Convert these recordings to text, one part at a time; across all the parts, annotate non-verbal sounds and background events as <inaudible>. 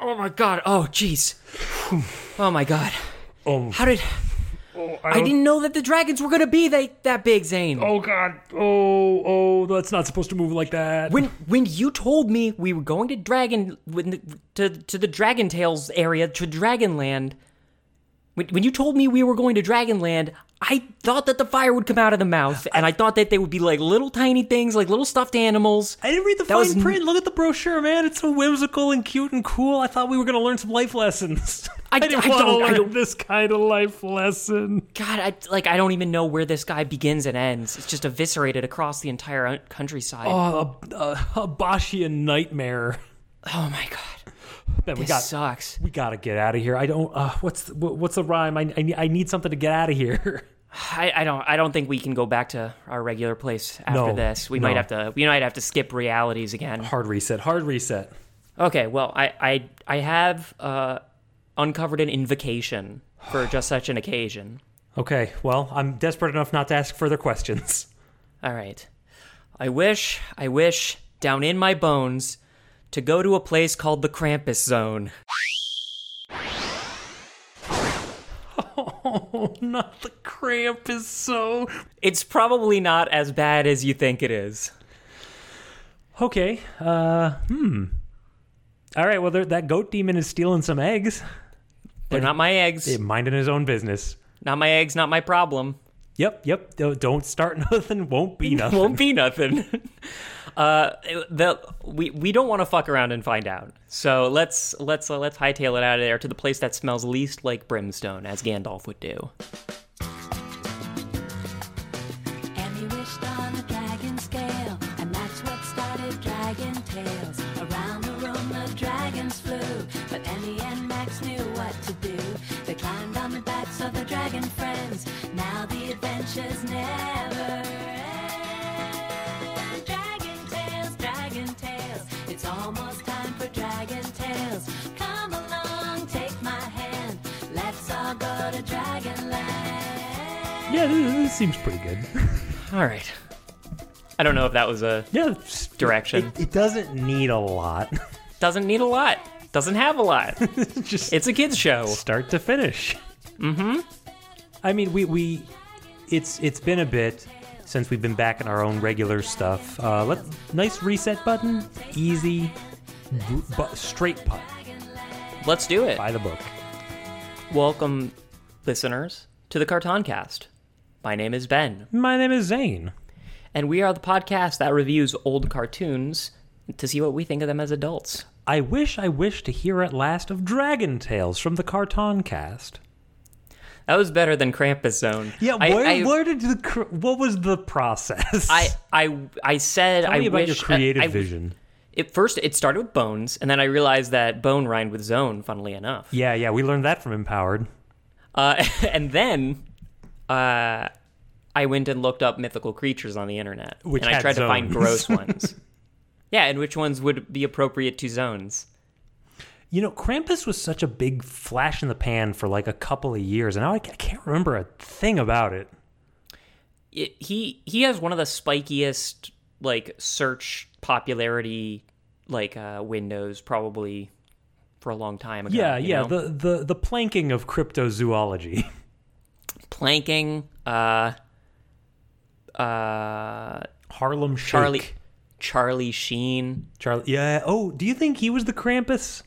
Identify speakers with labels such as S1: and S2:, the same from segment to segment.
S1: Oh my god. Oh jeez. Oh my god.
S2: Oh,
S1: How did
S2: oh,
S1: I
S2: don't-
S1: didn't know that the dragons were gonna be that that big, Zane.
S2: Oh God! Oh, oh, that's not supposed to move like that.
S1: When when you told me we were going to Dragon when the, to to the Dragon Tales area to Dragonland, when, when you told me we were going to Dragonland, I thought that the fire would come out of the mouth, and I thought that they would be like little tiny things, like little stuffed animals.
S2: I didn't read the
S1: That was
S2: fine
S1: n-
S2: print. Look at the brochure, man. It's so whimsical and cute and cool. I thought we were going to learn some life lessons. <laughs>
S1: I-
S2: didn't
S1: I
S2: want to
S1: don't- I
S2: learn
S1: don't-
S2: this kind of life lesson.
S1: God, I like I don't even know where this guy begins and ends. It's just eviscerated across the entire uh, countryside. Oh,
S2: Oh, a, a, a Bashian nightmare.
S1: Oh my god,
S2: Man, we
S1: this
S2: got
S1: sucks.
S2: we got to get out of here. I don't. Uh, what's the, wh- what's the rhyme? I, I need- I need something to get out of here. <laughs>
S1: I, I don't I don't think we can go back to our regular place after
S2: No,
S1: this. We
S2: no.
S1: might have to we might have to skip realities again.
S2: Hard reset. Hard reset.
S1: Okay, well, I I I have uh, uncovered an invocation for just such an occasion.
S2: Okay. Well, I'm desperate enough not to ask further questions.
S1: All right. I wish, I wish, down in my bones, to go to a place called the Krampus Zone.
S2: Oh, <laughs> not the cramp is so.
S1: It's probably not as bad as you think it is.
S2: Okay. Uh, hmm. All right. Well, there- that goat demon is stealing some eggs,
S1: They're not my eggs.
S2: minding his own business.
S1: Not my eggs, not my problem.
S2: Yep. Yep. Don't- Don't start <laughs> nothing. Won't be nothing.
S1: Won't be nothing. <laughs> uh, the, we we don't want to fuck around and find out. So let's let's uh, let's hightail it out of there to the place that smells least like brimstone, as Gandalf would do.
S3: And he wished on a dragon scale, and that's what started Dragon Tales. Around the room the dragons flew, but Emmy and Max knew what to do. They climbed on the backs of the dragon friends. Now the adventures never end. Dragon Tales, Dragon Tales, it's almost time for Dragon Tales. Come along, take my hand, let's all go to Dragonland.
S2: Yeah. This, this seems pretty good.
S1: All right. I don't know if that was a
S2: Yeah. it's-
S1: Direction.
S2: It, it doesn't need a lot.
S1: doesn't need a lot. Doesn't have a lot.
S2: Just
S1: It's a kids show.
S2: <laughs> start to finish. Mm-hmm. I mean, we we. It's it's been a bit since we've been back in our own regular stuff. Uh, let nice reset button. Easy. bu- bu- straight putt
S1: Let's do it.
S2: by the book.
S1: Welcome listeners to the Cartoncast. My name is Ben,
S2: My name is Zane.
S1: and we are the podcast that reviews old cartoons to see what we think of them as adults.
S2: I wish I wish to hear at last of Dragon Tales from the Carton Cast.
S1: That was better than Krampus Zone. I, I,
S2: did the cr- what was the process?
S1: I, I, I said
S2: Tell
S1: I
S2: me about
S1: wish uh,
S2: your creative
S1: I- I-
S2: vision.
S1: It, first, it started with bones, and then I realized that bone rhymed with zone. Funnily enough,
S2: Yeah, yeah, we learned that from Empowered.
S1: Uh, <laughs> and then uh, I went and looked up mythical creatures on the internet,
S2: Which
S1: and I
S2: had
S1: tried to find
S2: zones. <laughs>
S1: gross ones. Yeah, and which ones would be appropriate to zones?
S2: You know, Krampus was such a big flash in the pan for like a couple of years, and now I ca- I can't remember a thing about it.
S1: It, he he has one of the spikiest like search popularity like uh, windows probably for a long time ago.
S2: Yeah,
S1: you
S2: yeah,
S1: know?
S2: the the the planking of cryptozoology.
S1: planking, uh, uh,
S2: Harlem Shake.
S1: Charlie Charlie Sheen.
S2: Charlie. Yeah. Oh, do you think he was the Krampus?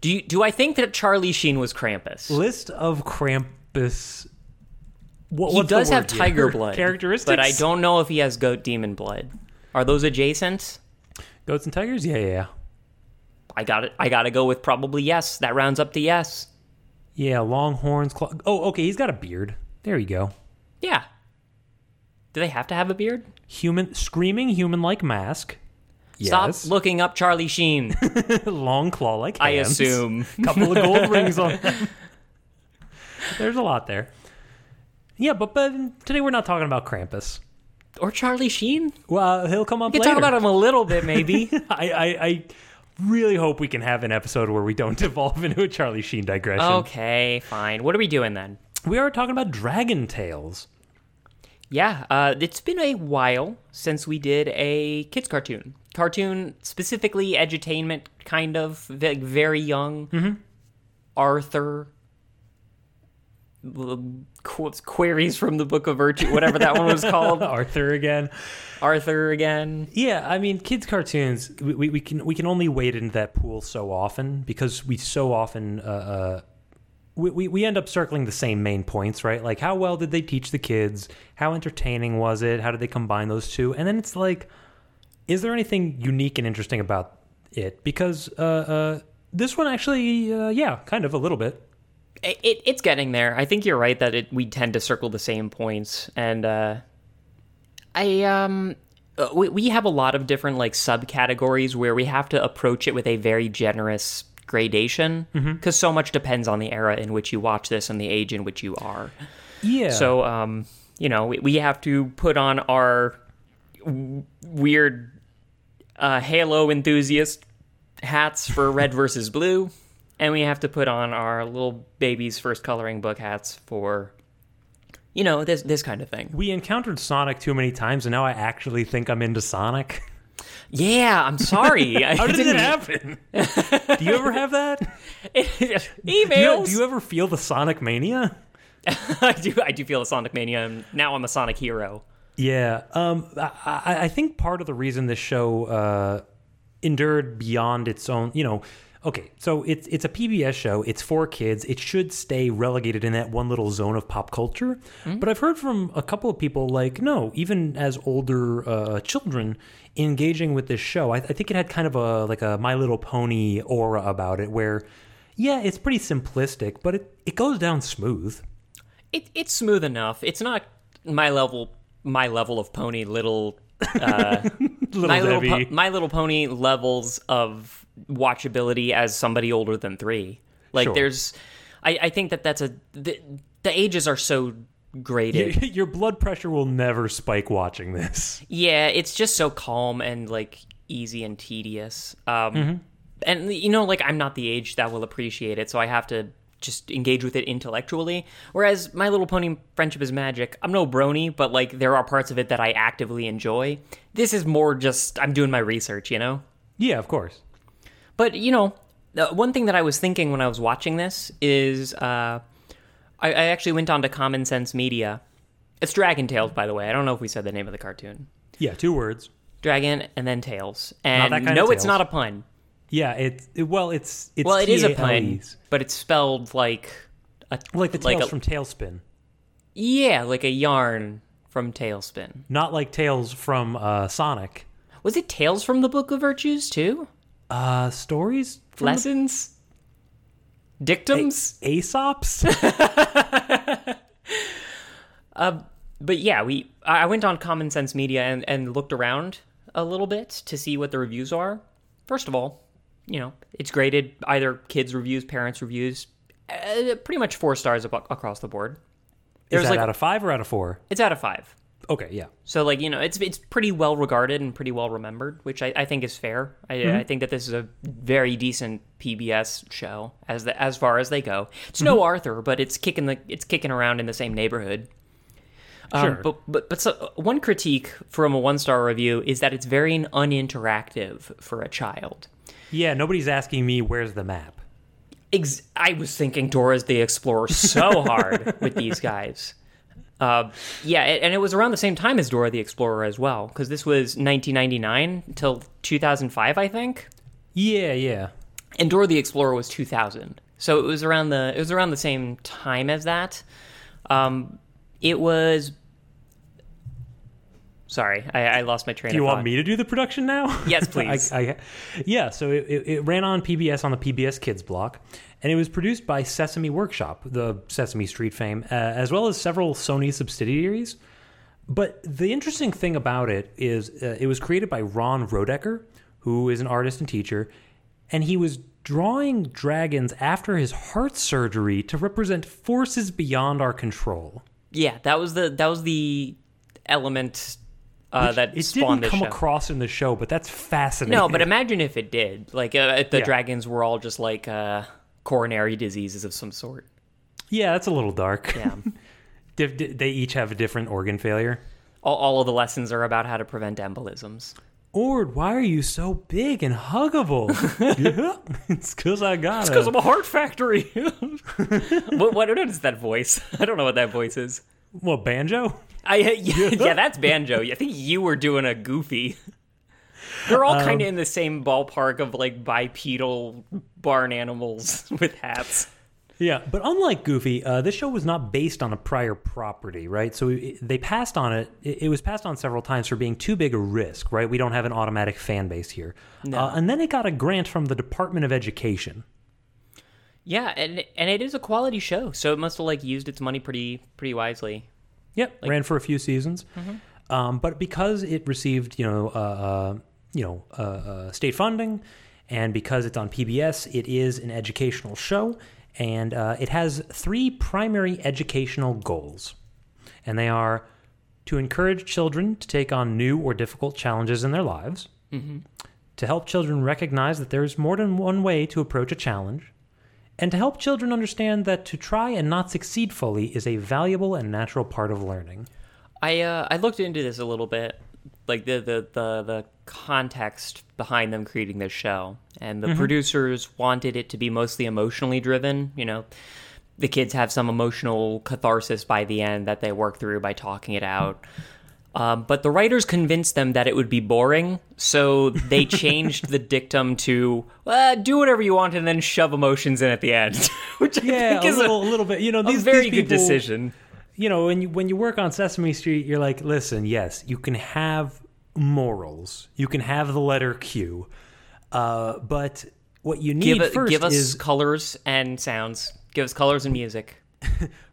S1: Do you, do I think that Charlie Sheen was Krampus?
S2: List of Krampus. What,
S1: He
S2: what's the
S1: does have
S2: word here? <laughs>
S1: tiger blood
S2: characteristics,
S1: but I don't know if he has goat demon blood. Are those adjacent?
S2: Goats and tigers? Yeah, yeah, yeah.
S1: I got it. I gotta go with probably yes. That rounds up to yes.
S2: Yeah, long horns. Claw- oh, okay. He's got a beard. There you go.
S1: Yeah. Do they have to have a beard?
S2: Human, screaming human-like mask. Yes.
S1: Stop looking up Charlie
S2: <laughs>
S1: Sheen.
S2: long claw-like.
S1: I
S2: hands.
S1: assume.
S2: <laughs> Couple of gold
S1: <laughs>
S2: rings on. them. There's a lot there. Yeah, but but today we're not talking about Krampus.
S1: or Charlie Sheen?
S2: Well, he'll come up
S1: We can
S2: later.
S1: talk about him a little bit,
S2: <laughs>
S1: maybe.
S2: I, I I really hope we can have an episode where we don't <laughs> devolve into a Charlie Sheen digression.
S1: okay, fine. What are we doing then?
S2: We are talking about Dragon Tales.
S1: Yeah, uh, it's been a while since we did a kids cartoon. cartoon, specifically edutainment, kind of like very young. Arthur l- quotes queries from the Book of Virtue, whatever that one was
S2: <laughs>
S1: called.
S2: <laughs> Arthur again.
S1: Arthur again.
S2: Yeah, I mean, kids' cartoons. We, we, we can we can only wade into that pool so often because we so often uh, uh, we, we we end up circling the same main points, right? Like, how well did they teach the kids? How entertaining was it? How did they combine those two? And then it's like, is there anything unique and interesting about it? Because uh, uh, this one actually, uh, yeah, kind of a little bit.
S1: It, it, it's getting there. I think you're right that it, we tend to circle the same points, and uh, I um. uh, We, we have a lot of different like subcategories where we have to approach it with a very generous gradation because so much depends on the era in which you watch this and the age in which you are.
S2: Yeah.
S1: So, um, you know, we, we have to put on our w- weird uh, Halo enthusiast hats for
S2: <laughs>
S1: red versus blue, and we have to put on our little baby's first coloring book hats for, you know, this this kind of thing.
S2: we encountered Sonic too many times, and now I actually think I'm into Sonic. <laughs>
S1: Yeah, I'm sorry. I
S2: How did it
S1: didn't-
S2: happen? Do you ever have that?
S1: <laughs>
S2: Do you,
S1: Emails.
S2: do you ever feel the Sonic mania?
S1: <laughs> I do. I do feel a Sonic mania. and Now I'm a Sonic hero.
S2: Yeah. Um, I, I I think part of the reason this show uh, endured beyond its own, you know, okay, so it's it's a PBS show. It's for kids. It should stay relegated in that one little zone of pop culture.
S1: Mm-hmm.
S2: But I've heard from a couple of people like, no, even as older uh, children engaging with this show, I, I think it had kind of a like a My Little Pony aura about it, where yeah, it's pretty simplistic, but it it goes down smooth.
S1: It, it's smooth enough. It's not my level. My level of pony little
S2: Little
S1: My little,
S2: Debbie.
S1: po- My Little Pony levels of watchability as somebody older than three. Like
S2: Sure.
S1: there's, I, I think that that's a the, the ages are so graded.
S2: Y- <laughs> your blood pressure will never spike watching this.
S1: yeah, it's just so calm and like easy and tedious. Um, and you know, like I'm not the age that will appreciate it, so I have to just engage with it intellectually. Whereas My Little Pony Friendship is Magic, I'm no brony, but like there are parts of it that I actively enjoy. This is more just I'm doing my research, you know.
S2: Yeah, of course.
S1: But you know, the one thing that I was thinking when I was watching this is, uh, I, I actually went on to Common Sense Media. It's Dragon Tales, by the way. I don't know if we said the name of the cartoon.
S2: Yeah, two words.
S1: Dragon and then Tails. And
S2: that kind
S1: no,
S2: of
S1: it's
S2: Tails.
S1: not a pun.
S2: Yeah, it's it, well, it's it's
S1: Well, it is a pun,
S2: T-A-L-Es.
S1: but it's spelled like a
S2: E like the
S1: like
S2: tails
S1: a-
S2: from Tailspin,
S1: yeah, like a yarn from Tailspin.
S2: not like tails from uh, Sonic.
S1: Was it Tales from the Book of Virtues too?
S2: Uh, stories from the-
S1: Lessons, dictums.
S2: Aesop's.
S1: but yeah, we I I went on Common Sense Media and, and looked around a little bit to see what the reviews are. First of all, you know, it's graded either kids' reviews, parents' reviews, uh, pretty much four stars abo- across the board.
S2: is
S1: <laughs> There's
S2: that
S1: like
S2: out of five or out of four?
S1: it's out of five,
S2: Okay, yeah.
S1: so like you know, it's it's pretty well regarded and pretty well remembered, which I, I think is fair. I,
S2: Mm-hmm.
S1: I think that this is a very decent PBS show as the, as far as they go. It's no
S2: Mm-hmm.
S1: Arthur, but it's kicking the it's kicking around in the same neighborhood.
S2: Sure.
S1: Um, But but but so, uh, one critique from a one star review is that it's very uninteractive for a child.
S2: yeah, nobody's asking me where's the map.
S1: Ex- I was thinking Dora's the Explorer
S2: <laughs>
S1: so hard with these guys. Uh, yeah, a- and it was around the same time as Dora the Explorer as well, because this was 1999 until 2005, I think,
S2: Yeah, yeah.
S1: and Dora the Explorer was 2000. So it was around the it was around the same time as that. Um, it was. Sorry, I, I lost my train.
S2: Do you
S1: of
S2: want
S1: thought.
S2: me to do the production now?
S1: <laughs> Yes,
S2: I-
S1: please.
S2: I, yeah, so it, it, it ran on PBS on the PBS Kids block, and it was produced by Sesame Workshop, the Sesame Street fame, uh, as well as several Sony subsidiaries. But the interesting thing about it is uh, it was created by Ron Rodecker, who is an artist and teacher, and he was drawing dragons after his heart surgery to represent forces beyond our control.
S1: Yeah, that was the that was the element uh, that
S2: It
S1: spawned
S2: didn't come
S1: the show.
S2: across in the show, but that's fascinating.
S1: no, but imagine if it did. Like uh, if the
S2: Yeah.
S1: dragons were all just like uh, coronary diseases of some sort.
S2: yeah, that's a little dark. <laughs>
S1: Yeah,
S2: Diff- di- they each have a different organ failure.
S1: all, all of the lessons are about how to prevent embolisms.
S2: Ord, why are you so big and huggable? <laughs> yeah, it's because I got
S1: Because
S2: it.
S1: I'm a heart factory. <laughs> what, what, what is that voice? <laughs> I don't know what that voice is.
S2: What, banjo?
S1: I <laughs> yeah, yeah, that's banjo. I think you were doing a goofy. They're all kind of in the same ballpark of like bipedal barn animals <laughs> with hats.
S2: Yeah, but unlike Goofy, uh, this show was not based on a prior property, right? So it, they passed on it. it. It was passed on several times for being too big a risk, right? We don't have an automatic fan base here. Uh, and then it got a grant from the Department of Education.
S1: Yeah, and and it is a quality show, so it must have like used its money pretty pretty wisely.
S2: Yep, ran for a few seasons, um, but because it received you know uh, uh, you know uh, uh, state funding, and because it's on PBS, it is an educational show, and uh, it has three primary educational goals, and they are to encourage children to take on new or difficult challenges in their lives, to help children recognize that there is more than one way to approach a challenge. And to help children understand that to try and not succeed fully is a valuable and natural part of learning.
S1: I uh, I looked into this a little bit, like the the the, the context behind them creating this show, and the producers wanted it to be mostly emotionally driven. You know, the kids have some emotional catharsis by the end that they work through by talking it out. Um, but the writers convinced them that it would be boring, so they changed the dictum to uh, "do whatever you want" and then shove emotions in at the end, <laughs> which I think is a,
S2: little bit. You know,
S1: a very good decision.
S2: You know, when you, when you work on Sesame Street, you're like, listen, yes, you can have morals, you can have the letter Q, uh, but what you need
S1: give, a-
S2: first
S1: give us
S2: is
S1: colors and sounds. Give us colors and music.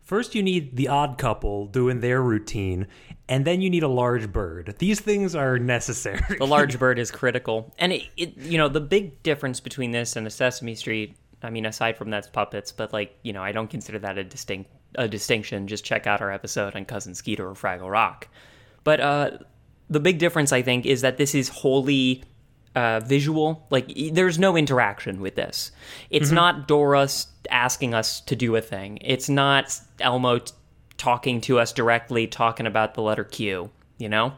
S2: First, you need the odd couple doing their routine, and then you need a large bird. These things are necessary.
S1: The large
S2: <laughs>
S1: bird is critical, and it, it, you know, the big difference between this and a Sesame Street. I mean, aside from that's puppets, but like you know, I don't consider that a distinct a distinction. Just check out our episode on Cousin Skeeter or Fraggle Rock. But uh, the big difference, I think, is that this is wholly uh, visual. Like, e- there's no interaction with this. It's
S2: Mm-hmm.
S1: not Dora s- asking us to do a thing. It's not Elmo t- talking to us directly, talking about the letter Q. You know,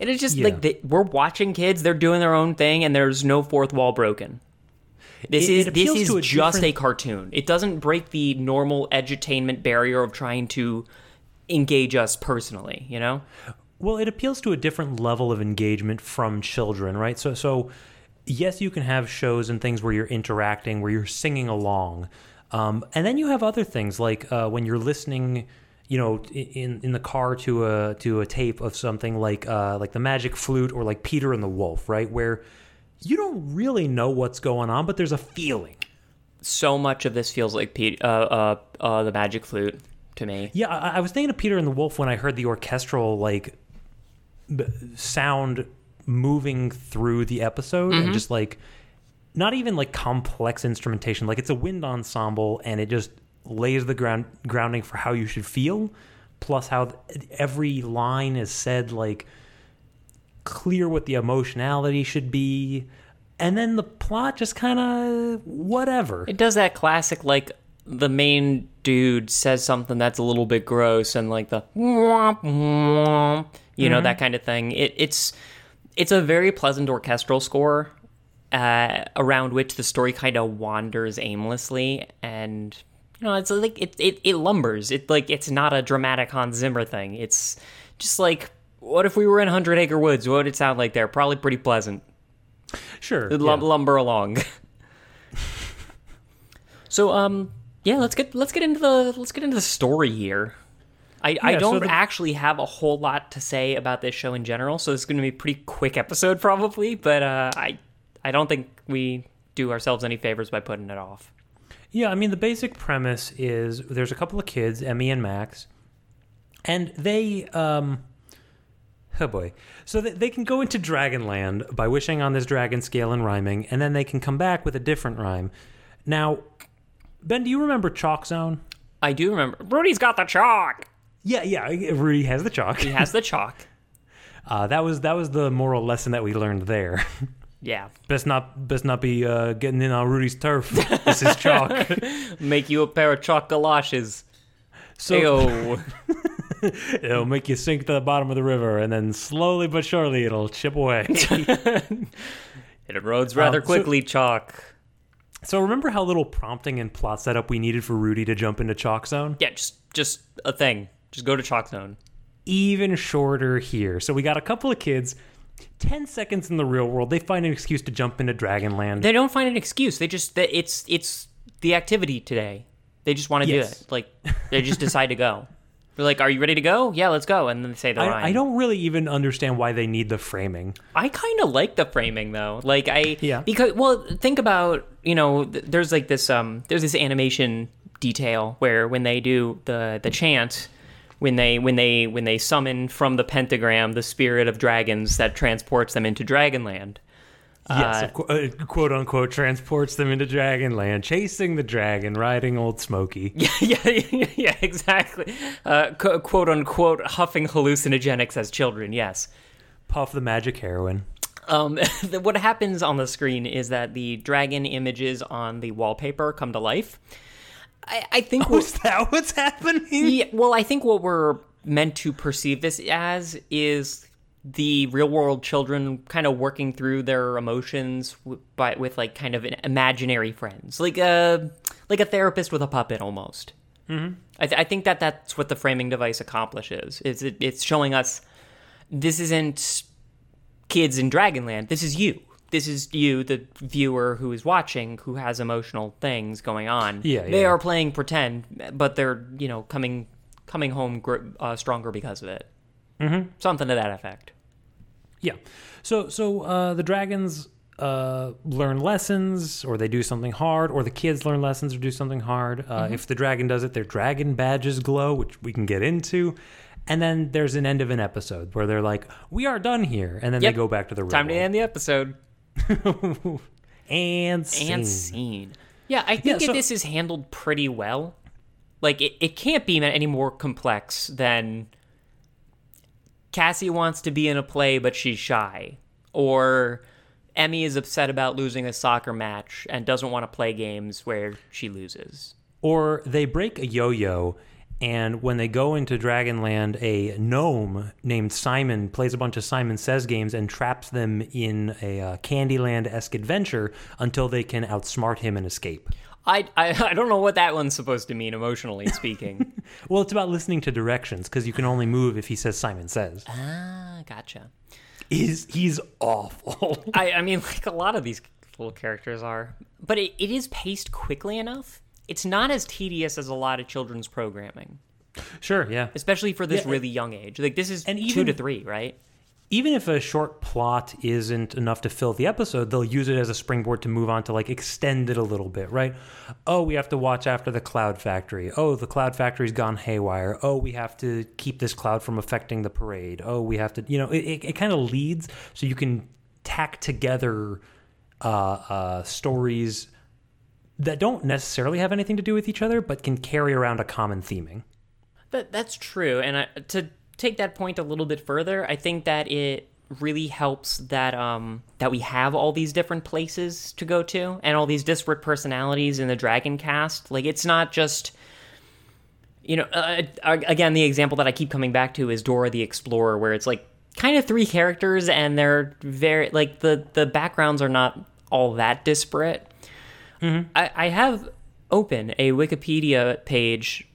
S1: it is just
S2: Yeah.
S1: like the, we're watching kids. They're doing their own thing, and there's no fourth wall broken. This
S2: It-
S1: is
S2: it
S1: this
S2: appeals
S1: is
S2: to a
S1: just
S2: different-
S1: a cartoon. It doesn't break the normal edutainment barrier of trying to engage us personally. You know.
S2: Well, it appeals to a different level of engagement from children, right? So, so yes, you can have shows and things where you're interacting, where you're singing along, um, and then you have other things like uh, when you're listening, you know, i- in in the car to a to a tape of something like uh, like the Magic Flute or like Peter and the Wolf, right? Where you don't really know what's going on, but there's a feeling.
S1: so much of this feels like Pete, uh, uh, uh, the Magic Flute to me.
S2: Yeah, I, I was thinking of Peter and the Wolf when I heard the orchestral like b- sound moving through the episode, and just like not even like complex instrumentation. Like it's a wind ensemble, and it just lays the ground grounding for how you should feel, plus how th- every line is said like clear what the emotionality should be. And then the plot just kind of whatever.
S1: It does that classic, like the main dude says something that's a little bit gross, and like the womp womp, you know that kind of thing. It, it's it's a very pleasant orchestral score uh, around which the story kind of wanders aimlessly, and you know it's like it, it it lumbers. It like it's not a dramatic Hans Zimmer thing. It's just like what if we were in Hundred Acre Woods? What would it sound like there? Probably pretty pleasant.
S2: Sure.
S1: Lum-
S2: yeah.
S1: lumber along. <laughs> so um yeah, let's get let's get into the let's get into the story here. I, I
S2: Yeah, so
S1: don't
S2: the-
S1: actually have a whole lot to say about this show in general, so this is going to be a pretty quick episode <laughs> probably, but uh, I I don't think we do ourselves any favors by putting it off.
S2: Yeah, I mean the basic premise is there's a couple of kids, Emmy and Max, and they um oh boy. So they, they can go into Dragonland by wishing on this dragon scale and rhyming, and then they can come back with a different rhyme. Now, Ben, do you remember Chalk Zone?
S1: I do remember Rudy's got the chalk.
S2: Yeah, yeah. Rudy has the chalk.
S1: He
S2: <laughs>
S1: has the chalk. <laughs>
S2: Uh, that was that was the moral lesson that we learned there. <laughs>
S1: Yeah.
S2: best not best not be uh, getting in on Rudy's turf. This is chalk.
S1: <laughs> Make you a pair of chalk galoshes.
S2: So
S1: Ayo.
S2: it'll make you sink to the bottom of the river, and then slowly but surely it'll chip away.
S1: It erodes rather
S2: so-
S1: quickly, Chalk.
S2: so remember how little prompting and plot setup we needed for Rudy to jump into Chalk Zone?
S1: Yeah, just just a thing. Just go to Chalk Zone.
S2: Even shorter here. So we got a couple of kids. Ten seconds in the real world, they find an excuse to jump into Dragonland.
S1: They don't find an excuse. They just they, it's it's the activity today. They just want to
S2: Yes.
S1: do it. Like they just decide to
S2: <laughs>
S1: go. They're like, "Are you ready to go? Yeah, let's go." And then they say the line.
S2: I, I don't really even understand why they need the framing.
S1: I kind of like the framing though. Like I
S2: Yeah.
S1: because well think about you know th- there's like this um there's this animation detail where when they do the the chant when they when they when they summon from the pentagram the spirit of dragons that transports them into Dragonland.
S2: Yes, of qu- uh, quote unquote, transports them into Dragonland, chasing the dragon, riding old Smokey.
S1: <laughs> yeah, yeah, yeah, exactly. Uh, qu- quote unquote huffing hallucinogenics as children. Yes.
S2: Puff the magic heroin.
S1: Um, <laughs> the- what happens on the screen is that the dragon images on the wallpaper come to life. I, I think. what-
S2: Was that what's <laughs> happening?
S1: yeah, well, I think what we're meant to perceive this as is the real world children kind of working through their emotions w- by with like kind of an imaginary friends, like a like a therapist with a puppet almost. Mm-hmm. I, th- I think that that's what the framing device accomplishes. Is it, it's showing us this isn't kids in Dragonland. This is you. This is you, the viewer who is watching, who has emotional things going on.
S2: Yeah,
S1: they
S2: yeah.
S1: are playing pretend, but they're you know coming coming home gr- uh, stronger because of it. Mm-hmm. Something to that effect.
S2: Yeah. So so uh, the dragons uh, learn lessons, or they do something hard, or the kids learn lessons or do something hard. Uh,
S1: Mm-hmm.
S2: If the dragon does it, their dragon badges glow, which we can get into. And then there's an end of an episode where they're like, "We are done here," and then
S1: Yep.
S2: they go back to the real
S1: Time to
S2: world.
S1: end the episode
S2: <laughs> and scene.
S1: and scene. Yeah, I think
S2: Yeah,
S1: that
S2: so-
S1: this is handled pretty well. Like it, it can't be any more complex than Cassie wants to be in a play but she's shy, or Emmy is upset about losing a soccer match and doesn't want to play games where she loses.
S2: Or they break a yo-yo, and when they go into Dragonland, a gnome named Simon plays a bunch of Simon Says games and traps them in a uh, Candyland-esque adventure until they can outsmart him and escape.
S1: I, I <laughs> I don't know what that one's supposed to mean emotionally speaking.
S2: Well, it's about listening to directions because you can only move if he says Simon Says.
S1: <laughs> ah, gotcha.
S2: Is he's awful?
S1: I, I mean, <laughs> like a lot of these little characters are, but it, it is paced quickly enough. It's not as tedious as a lot of children's programming,
S2: sure, yeah.
S1: especially for this
S2: Yeah,
S1: really young age. Like this is
S2: and
S1: two to
S2: even-
S1: three, right?
S2: even if a short plot isn't enough to fill the episode, they'll use it as a springboard to move on to like extend it a little bit, right? Oh, we have to watch after the cloud factory. Oh, the cloud factory's gone haywire. Oh, we have to keep this cloud from affecting the parade. Oh, we have to, you know, it, it, it kind of leads so you can tack together uh, uh, stories that don't necessarily have anything to do with each other, but can carry around a common theming. <laughs>
S1: That that's true. And I, to take that point a little bit further, I think that it really helps that um that we have all these different places to go to and all these disparate personalities in the dragon cast. Like it's not just you know, uh, uh, again, the example that I keep coming back to is Dora the Explorer, where it's like kind of three characters, and they're very like the the backgrounds are not all that disparate. I, I have open a Wikipedia page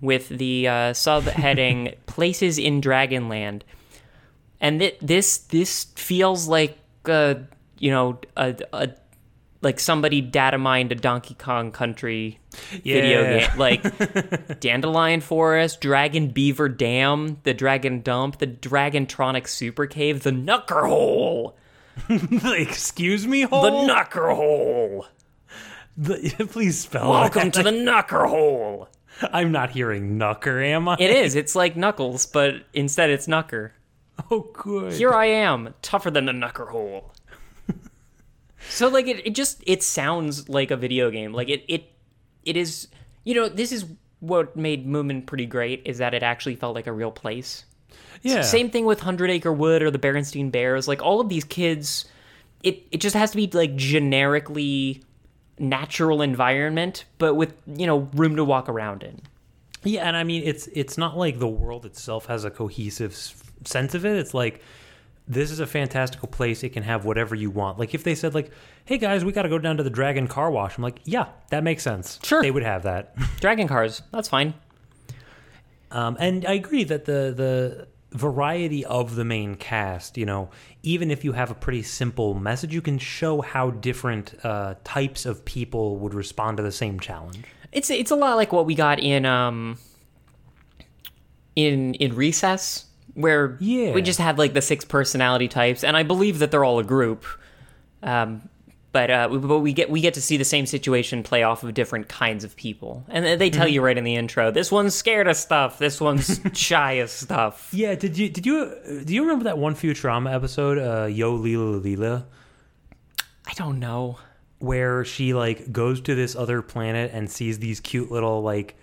S1: with the uh, subheading "Places in Dragonland," and thi- this this feels like uh, you know a, a like somebody data mined a Donkey Kong Country video
S2: Yeah.
S1: game, like Dandelion Forest, Dragon Beaver Dam, the Dragon Dump, the Dragontronic Super Cave, the Knucker Hole,
S2: Excuse me,
S1: the
S2: hole.
S1: Knucker Hole.
S2: The- <laughs> please spell.
S1: Welcome
S2: that.
S1: to the Knucker Hole.
S2: I'm not hearing knucker, am I?
S1: It is. It's like Knuckles, but instead it's Knucker.
S2: oh, good.
S1: Here I am, tougher than a Knucker Hole. so like it, it just it sounds like a video game. Like it it it is you know, this is what made Moomin pretty great is that it actually felt like a real place.
S2: yeah.
S1: Same thing with Hundred Acre Wood or the Berenstain Bears. Like all of these kids, it it just has to be like generically natural environment, but with you know room to walk around in.
S2: Yeah, and I mean it's it's not like the world itself has a cohesive s- sense of it. It's like this is a fantastical place. It can have whatever you want. Like if they said like, "Hey guys, we got to go down to the Dragon Car Wash." I'm like, "Yeah, that makes sense."
S1: Sure.
S2: They would have that. <laughs>
S1: Dragon cars, that's fine.
S2: Um, and I agree that the the variety of the main cast, you know, even if you have a pretty simple message, you can show how different uh, types of people would respond to the same challenge.
S1: It's it's a lot like what we got in um in in recess where
S2: Yeah.
S1: we just had like the six personality types and I believe that they're all a group. Um but uh we- but we get we get to see the same situation play off of different kinds of people. And they tell you right in the intro, this one's scared of stuff, this one's shy of stuff.
S2: Yeah, did you did you do you remember that one Futurama episode, uh, Yo Lila Lila,
S1: I don't know.
S2: where she like goes to this other planet and sees these cute little like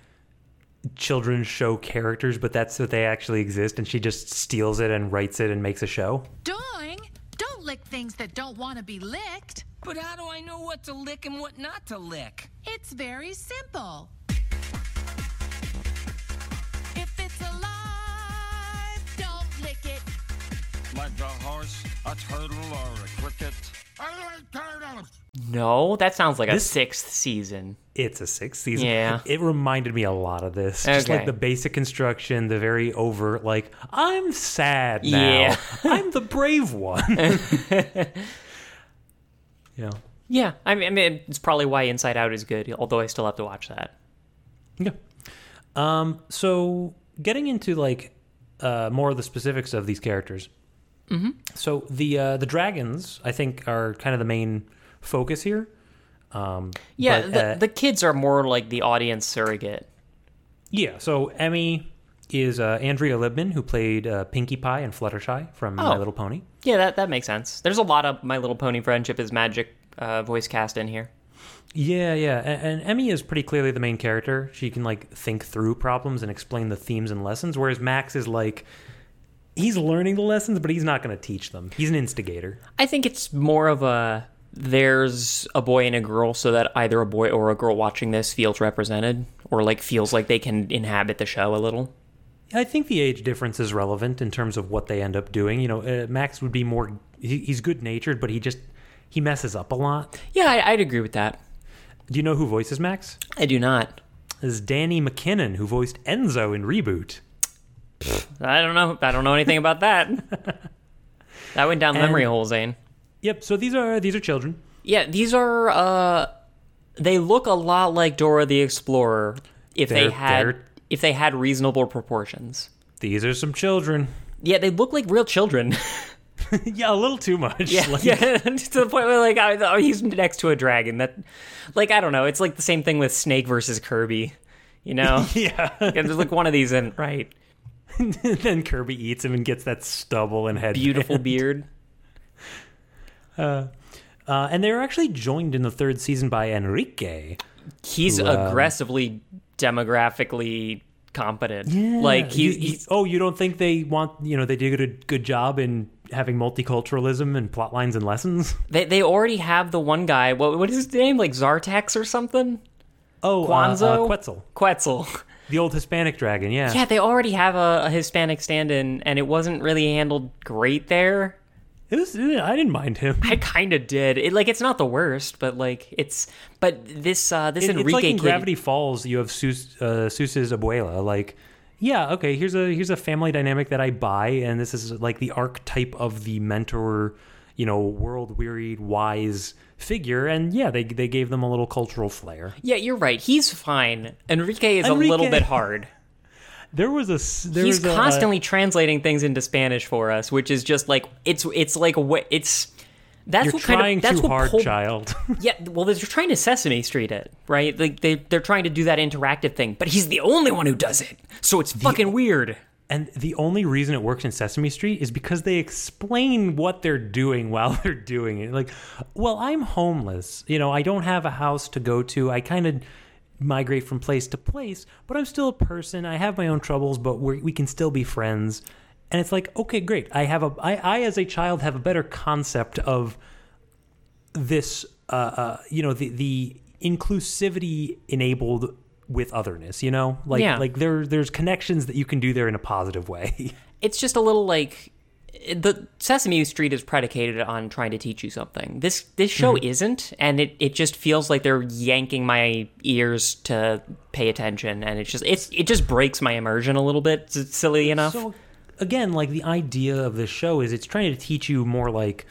S2: children's show characters, but that's what they actually exist, and she just steals it and writes it and makes a show.
S4: Doing? Don't lick things that don't want to be licked.
S5: But how do I know what to lick and what not to lick?
S4: It's very simple. If it's alive, don't lick it.
S6: Like a horse, a turtle, or a cricket. I like turtles!
S1: No, that sounds like a sixth season.
S2: It's a sixth season.
S1: Yeah.
S2: It reminded me a lot of this. Just like
S1: Okay.
S2: the basic construction, the very overt, like, I'm sad now.
S1: Yeah.
S2: <laughs> I'm the brave one.
S1: <laughs>
S2: you know.
S1: Yeah, I mean, I mean, it's probably why Inside Out is good, although I still have to watch that.
S2: Yeah. Um, so getting into like uh, more of the specifics of these characters. Mm-hmm. So the uh, the dragons, I think, are kind of the main focus here. Um,
S1: Yeah,
S2: but,
S1: the,
S2: uh,
S1: the kids are more like the audience surrogate.
S2: yeah. So Emmy is uh, Andrea Libman, who played uh, Pinkie Pie and Fluttershy from My
S1: Oh.
S2: Little Pony.
S1: Yeah, that, that makes sense. There's a lot of My Little Pony Friendship is Magic uh, voice cast in here.
S2: Yeah, yeah. a- And, and Emmy is pretty clearly the main character. She can like think through problems and explain the themes and lessons, whereas Max is like he's learning the lessons, but he's not going to teach them. He's an instigator.
S1: I think it's more of a there's a boy and a girl so that either a boy or a girl watching this feels represented or like feels like they can inhabit the show a little.
S2: I think the age difference is relevant in terms of what they end up doing. You know, uh, Max would be more he, he's good-natured, but he just he messes up a lot.
S1: Yeah, I, I'd agree with that.
S2: Do you know who voices Max?
S1: I do not.
S2: Is Danny McKinnon, who voiced Enzo in Reboot.
S1: I don't know. I don't know anything about <laughs> that. That went down memory hole, Zane.
S2: Yep, so these are these are children.
S1: Yeah, these are. uh They look a lot like Dora the Explorer if they
S2: They're-
S1: had
S2: they're-
S1: if they had reasonable proportions.
S2: These are some children.
S1: Yeah, they look like real children.
S2: <laughs>
S1: <laughs>
S2: yeah, a little too much.
S1: yeah, <laughs>
S2: Like-
S1: yeah. to the point where like I, oh, he's next to a dragon. That, like, I don't know. It's like the same thing with Snake versus Kirby. You know,
S2: <laughs> yeah.
S1: yeah, there's like one of these isn't right.
S2: <laughs> then Kirby eats him and gets that stubble and head. <laughs>
S1: Beautiful beard.
S2: Uh, and they were actually joined in the third season by Enrique.
S1: He's
S2: um,
S1: aggressively demographically competent. like
S2: you-
S1: he's,
S2: you-
S1: he's
S2: oh, you don't think they want you know they did a good, good job in having multiculturalism and plot lines and lessons?
S1: They they already have the one guy. What what is his name? Like Zartax or something?
S2: <laughs> Oh, uh,
S1: Quanzo?
S2: uh, Quetzal,
S1: Quetzal.
S2: the old Hispanic dragon. Yeah.
S1: Yeah, they already have a, a Hispanic stand-in, and it wasn't really handled great there.
S2: It was, I didn't mind him.
S1: I kind of did. It, like it's not the worst, but like it's but this uh this
S2: It-
S1: Enrique
S2: it's like in
S1: kid.
S2: Gravity Falls, you have Seuss, uh, Seuss's abuela. Like, yeah, okay, here's a here's a family dynamic that I buy, and this is like the archetype of the mentor, you know, world wearied, wise figure. And yeah, they they gave them a little cultural flair.
S1: Yeah, you're right. He's fine. Enrique is a little
S2: Enrique.
S1: bit hard.
S2: There was a s- <laughs> there
S1: He's
S2: was a- uh,
S1: constantly translating things into Spanish for us, which is just like it's it's like what it's that's
S2: you're
S1: what
S2: trying
S1: kind of that's
S2: too
S1: what
S2: hard,
S1: pulled
S2: child.
S1: <laughs> Yeah, well, they're trying to Sesame Street it, right? Like they they're trying to do that interactive thing, but he's the only one who does it, so it's fucking weird.
S2: and the only reason it works in Sesame Street is because they explain what they're doing while <laughs> they're doing it. Like, well, I'm homeless. You know, I don't have a house to go to. I kind of migrate from place to place, but I'm still a person. I have my own troubles, but we're, we can still be friends. And it's like, okay, great. I have a I, I as a child have a better concept of this uh, uh, you know the the inclusivity enabled with otherness, you know? Like
S1: Yeah.
S2: like there there's connections that you can do there in a positive way. <laughs>
S1: it's just a little like the Sesame Street is predicated on trying to teach you something. This this show
S2: Mm-hmm.
S1: isn't, and it, it just feels like they're yanking my ears to pay attention, and it's just it's it just breaks my immersion a little bit. s- Silly enough,
S2: So again, like the idea of this show is it's trying to teach you more like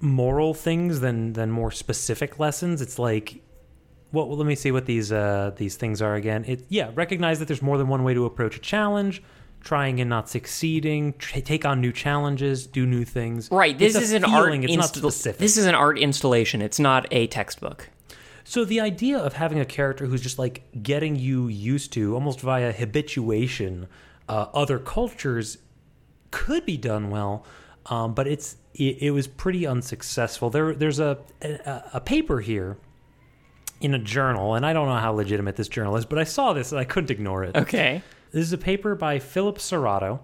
S2: moral things than than more specific lessons. It's like what well, let me see what these uh these things are again. It yeah, recognize that there's more than one way to approach a challenge. Trying and not succeeding, t- take on new challenges, do new things.
S1: right? This
S2: It's a
S1: is an
S2: feeling,
S1: art.
S2: It's not
S1: insta-
S2: specific.
S1: This is an art installation. It's not a textbook.
S2: So the idea of having a character who's just like getting you used to, almost via habituation, uh, other cultures could be done well, um, but it's it, it was pretty unsuccessful. There there's a, a a paper here in a journal, and I don't know how legitimate this journal is, but I saw this and I couldn't ignore it.
S1: Okay.
S2: This is a paper by Philip Serrato,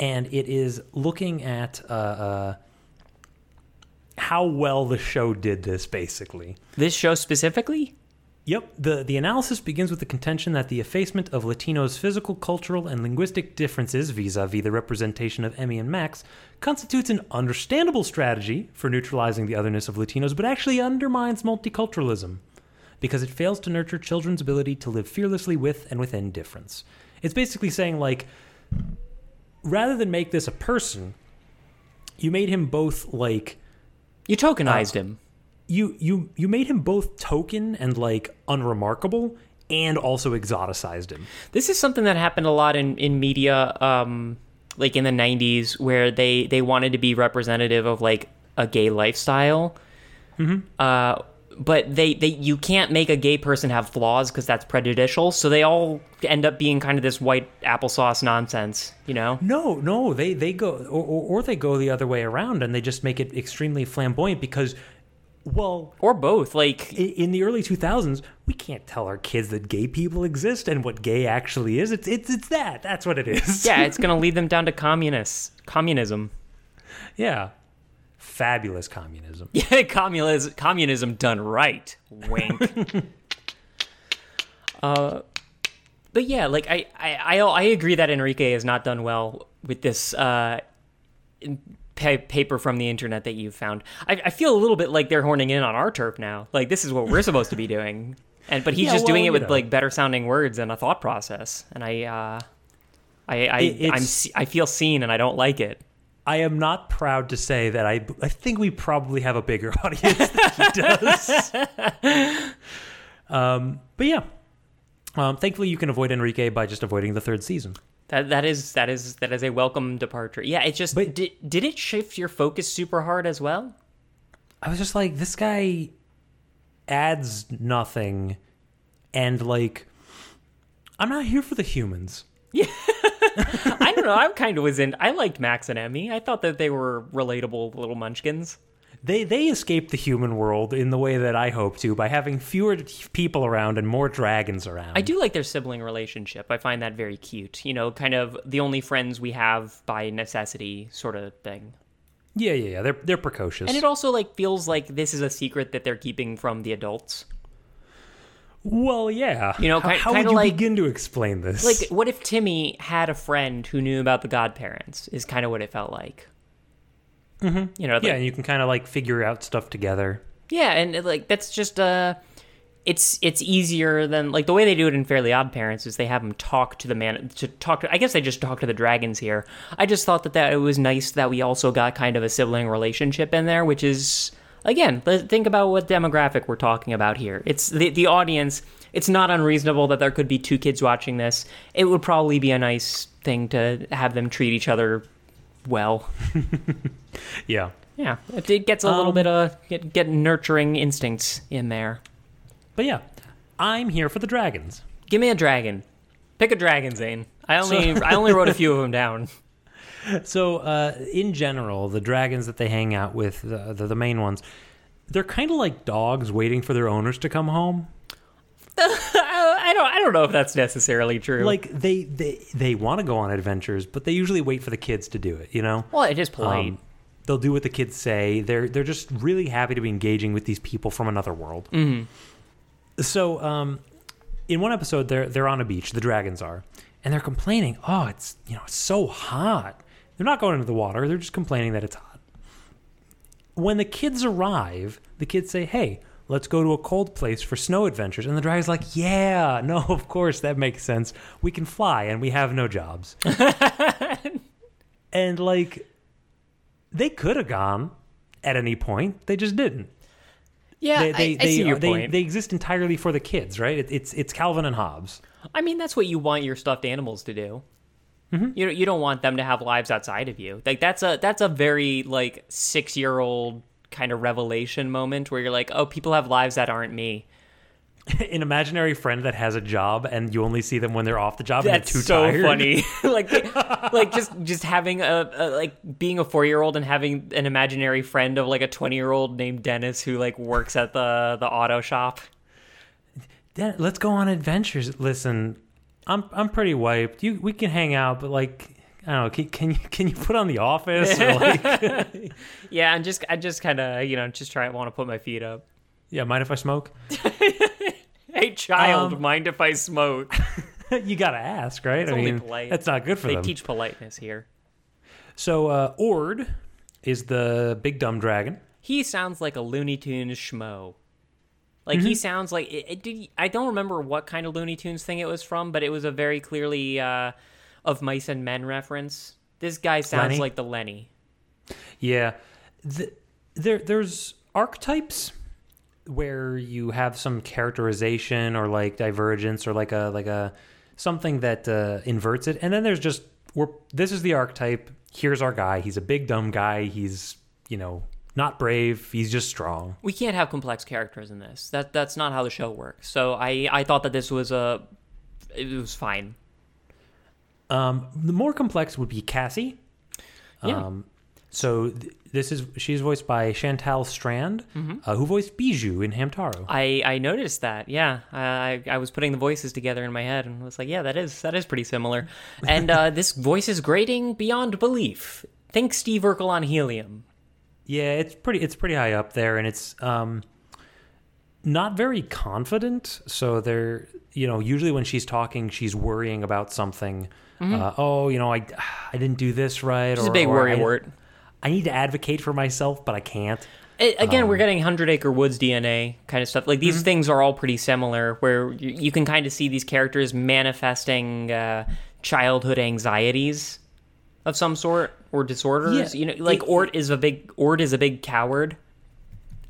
S2: and it is looking at uh, uh, how well the show did this, basically.
S1: This show specifically?
S2: Yep. The, the analysis begins with the contention that the effacement of Latinos' physical, cultural, and linguistic differences vis a vis the representation of Emmy and Max constitutes an understandable strategy for neutralizing the otherness of Latinos, but actually undermines multiculturalism because it fails to nurture children's ability to live fearlessly with and within difference. It's basically saying, like, rather than make this a person, you made him both like
S1: You
S2: Oh.
S1: tokenized him.
S2: you you you made him both token and like unremarkable and also exoticized him.
S1: This is something that happened a lot in in media, um, like in the '90s, where they they wanted to be representative of like a gay lifestyle. Uh, but they, they you can't make a gay person have flaws because that's prejudicial. So they all end up being kind of this white applesauce nonsense, you know?
S2: No, no, they they go or, or, or they go the other way around and they just make it extremely flamboyant because well,
S1: Or both. Like
S2: i- in the early 2000s, we can't tell our kids that gay people exist and what gay actually is. It's it's it's that. That's what it is.
S1: yeah, it's gonna lead them down to communists communism.
S2: <laughs> yeah. Fabulous communism.
S1: <laughs> Yeah, communism, communism done right.
S2: <laughs>
S1: Wink. uh, but yeah, like I, I, I, I agree that Enrique has not done well with this uh, pa- paper from the internet that you've found. I, I feel a little bit like they're horning in on our turf now. Like this is what we're supposed to be doing, and but he's
S2: Yeah,
S1: just
S2: well,
S1: doing it
S2: you
S1: with
S2: know.
S1: like better sounding words and a thought process. And I, uh, I, I,
S2: It-
S1: I'm,
S2: it's-
S1: se- I feel seen, and I don't like it.
S2: I am not proud to say that I I think we probably have a bigger <laughs> audience than he <laughs> does. um, but yeah. Um, thankfully, you can avoid Enrique by just avoiding the third season.
S1: That that is that is that is a welcome departure. Yeah, it just
S2: But-
S1: did did it shift your focus super hard as well? <clears throat>
S2: I was just like, this guy adds nothing, and like, I'm not here for the humans.
S1: I don't know. I kind of was in. I liked Max and Emmy. I thought that they were relatable little munchkins.
S2: They they escape the human world in the way that I hope to by having fewer people around and more dragons around.
S1: I do like their sibling relationship. I find that very cute. You know, kind of the only friends we have by necessity sort of thing.
S2: Yeah, yeah, yeah. They're they're precocious.
S1: And it also like feels like this is a secret that they're keeping from the adults.
S2: Well, yeah.
S1: You know,
S2: how,
S1: ki-
S2: how would
S1: kinda
S2: you
S1: like-
S2: begin to explain this?
S1: Like what if Timmy had a friend who knew about the godparents? Is kind of what it felt like. Mm-hmm. You know, like,
S2: yeah, and you can kind of like figure out stuff together.
S1: Yeah, and it, like that's just uh it's it's easier than like the way they do it in Fairly Odd Parents is they have them talk to the man to talk to I guess they just talk to the dragons here. I just thought that that it was nice that we also got kind of a sibling relationship in there, which is again th- think about what demographic we're talking about here. It's the the audience. It's not unreasonable that there could be two kids watching this. It would probably be a nice thing to have them treat each other well.
S2: Yeah.
S1: Yeah, it, it gets a
S2: Um,
S1: little bit of get, get nurturing instincts in there.
S2: But yeah, I'm here for the dragons.
S1: Give me a dragon. Pick a dragon, Zane. I only I only wrote a few of
S2: <laughs>
S1: them down.
S2: So, uh, in general, the dragons that they hang out with, the, the, the main ones, they're kind of like dogs waiting for their owners to come home.
S1: Uh, I I don't I don't know if that's necessarily true.
S2: Like they they, they want to go on adventures, but they usually wait for the kids to do it. You know.
S1: well, it is polite.
S2: Um, they'll do what the kids say. They're they're just really happy to be engaging with these people from another world. So um, in one episode they're they're on a beach the dragons are and they're complaining oh it's you know it's so hot they're not going into the water they're just complaining that it's hot when the kids arrive the kids say hey let's go to a cold place for snow adventures and the dragon's like yeah <laughs> no of course that makes sense we can fly and we have no jobs and like they could have gone at any point they just didn't
S1: Yeah,
S2: they, they,
S1: I,
S2: they,
S1: see your
S2: they,
S1: point.
S2: they exist entirely for the kids, right? It, it's it's Calvin and Hobbes. <laughs>
S1: I mean, that's what you want your stuffed animals to do.
S2: Mm-hmm.
S1: You you don't want them to have lives outside of you. Like that's a that's a very like six year old kind of revelation moment where you're like, oh, people have lives that aren't me.
S2: An imaginary friend that has a job and you only see them when they're off the job
S1: That's
S2: and they're too
S1: so
S2: tired. <laughs>
S1: funny. <laughs> like like just just having a, a like being a four year old and having an imaginary friend of like a twenty year old named Dennis who like works at the the auto shop.
S2: Den- let's go on adventures. Listen, I'm I'm pretty wiped. You we can hang out, but like I don't know. Can, can you can you put on the
S1: <laughs>
S2: office? Or like,
S1: Yeah, and just I just kind of you know just try want to put my feet up.
S2: yeah, mind if I smoke? <laughs>
S1: Hey, child,
S2: Um,
S1: mind if I smoke?
S2: <laughs> you gotta ask, right? I
S1: only
S2: mean,
S1: polite.
S2: that's not good for
S1: They
S2: them.
S1: teach politeness here.
S2: so uh, Ord is the big dumb dragon.
S1: He sounds like a Looney Tunes schmo. Like
S2: Mm-hmm.
S1: he sounds like it, it, did- I don't remember what kind of Looney Tunes thing it was from, but it was a very clearly uh, of mice and men reference. This guy sounds
S2: Lenny?
S1: like the Lenny.
S2: Yeah, Th there there's archetypes where you have some characterization or like divergence or like a like a something that uh, inverts it, and then there's just we're this is the archetype. Here's our guy. He's a big dumb guy. He's you know not brave. He's just strong.
S1: We can't have complex characters in this. That that's not how the show works. So I I thought that this was a it was fine.
S2: Um, the more complex would be Cassie.
S1: Yeah.
S2: Um, so th- this is she's voiced by Chantal Strand, uh, who voiced Bijou in Hamtaro.
S1: I, I noticed that. Yeah, I I was putting the voices together in my head and was like, yeah, that is that is pretty similar. And uh, this voice is grating beyond belief. Think Steve Urkel on helium.
S2: Yeah, it's pretty it's pretty high up there and it's um not very confident. So they're you know, usually when she's talking, she's worrying about something. Uh, oh, you know, I I didn't do this right
S1: It's
S2: or
S1: Mm-hmm. a big
S2: or
S1: worry
S2: I,
S1: wart.
S2: I need to advocate for myself, but I can't.
S1: A- Again,
S2: Um,
S1: we're getting Hundred Acre Woods DNA kind of stuff. Like
S2: Mm-hmm.
S1: these things are all pretty similar, where you, you can kind of see these characters manifesting uh, childhood anxieties of some sort or disorders.
S2: Yeah,
S1: you know, like
S2: it-
S1: Ort is a big Ort is a big coward.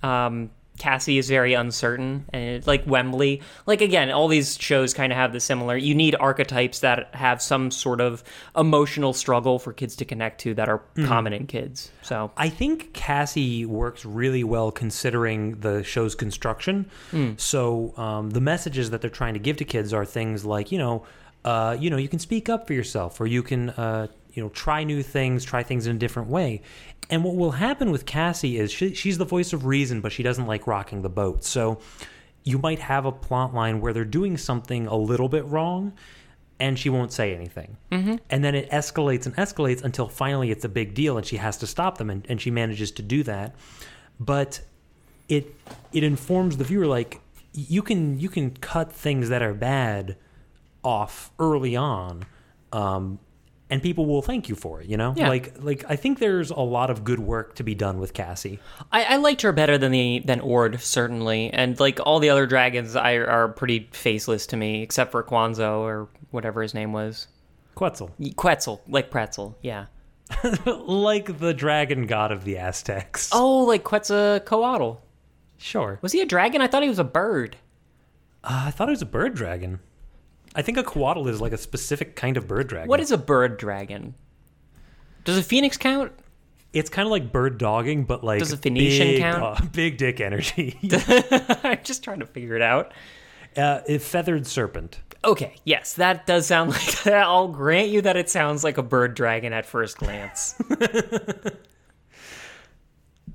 S1: Um, Cassie is very uncertain, and it, like Wembley, like again, all these shows kind of have the similar. You need archetypes that have some sort of emotional struggle for kids to connect to that are
S2: Mm-hmm.
S1: common in kids. So
S2: I think Cassie works really well considering the show's construction. So um, the messages that they're trying to give to kids are things like, you know, uh, you know, you can speak up for yourself, or you can, uh, you know, try new things, try things in a different way. And what will happen with Cassie is she, she's the voice of reason, but she doesn't like rocking the boat. So you might have a plot line where they're doing something a little bit wrong and she won't say anything. Mm-hmm. And then it escalates and escalates until finally it's a big deal and she has to stop them and, and she manages to do that. But it it informs the viewer like you can you can cut things that are bad off early on. Um and people will thank you for it, you know?
S1: Yeah.
S2: Like like I think there's a lot of good work to be done with Cassie.
S1: I, I liked her better than the than Ord certainly, and like all the other dragons, I are pretty faceless to me, except for Quanzo or whatever his name was,
S2: Quetzal.
S1: Y- Quetzal, like pretzel, yeah.
S2: like the dragon god of the Aztecs.
S1: Oh, like Quetzalcoatl.
S2: sure.
S1: Was he a dragon? I thought he was a bird.
S2: I thought it was a bird dragon. I think a coatl is like a specific kind of bird dragon.
S1: What is a bird dragon? Does a phoenix count? <laughs>
S2: It's kind of like bird dogging, but like
S1: Does a Phoenician
S2: big,
S1: count?
S2: uh, <laughs> big dick energy. <laughs>
S1: I'm just trying to figure it out.
S2: uh, a feathered serpent.
S1: Okay, yes, that does sound <laughs> like I'll grant you that it sounds like a bird dragon at first
S2: <laughs>
S1: glance.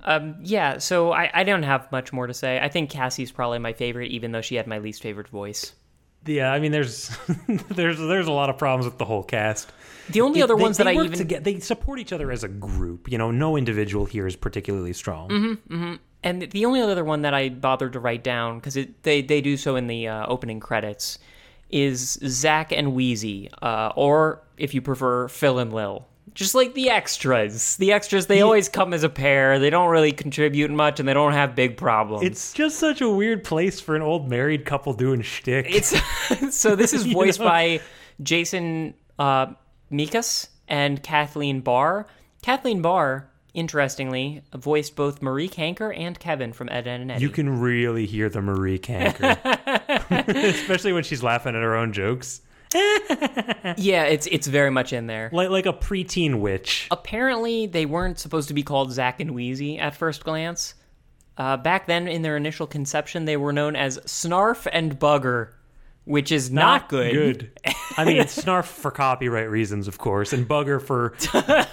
S1: um, yeah, so I, I don't have much more to say. I think Cassie's probably my favorite, even though she had my least favorite voice.
S2: Yeah, I mean, there's <laughs> there's there's a lot of problems with the whole cast.
S1: The only other
S2: They-
S1: ones
S2: they
S1: that I
S2: work
S1: even Mm-hmm.
S2: toge- they support each other as a group. You know, no individual here is particularly strong.
S1: And the only other one that I bothered to write down because they they do so in the uh, opening credits is Zach and Wheezy, uh, or if you prefer, Phil and Lil. Just like the extras, the extras they always come as a pair. They don't really contribute much, and they don't have big problems.
S2: It's just such a weird place for an old married couple doing shtick.
S1: It's so this is
S2: <laughs> You
S1: voiced
S2: know?
S1: by Jason uh, Mikas and Kathleen Barr. Kathleen Barr, interestingly, voiced both Marie Kanker and Kevin from Ed, Ed and Eddie.
S2: <laughs> you can really hear the
S1: <laughs>
S2: Marie canker, <laughs> especially when she's laughing at her own jokes,
S1: yeah, it's it's very much in there.
S2: like like a preteen witch.
S1: Apparently, they weren't supposed to be called Zack and Wheezy at first glance. Uh, back then, in their initial conception, they were known as Snarf and Bugger, which is not,
S2: Good.
S1: <laughs>
S2: I mean, it's snarf for copyright reasons, of course, and bugger for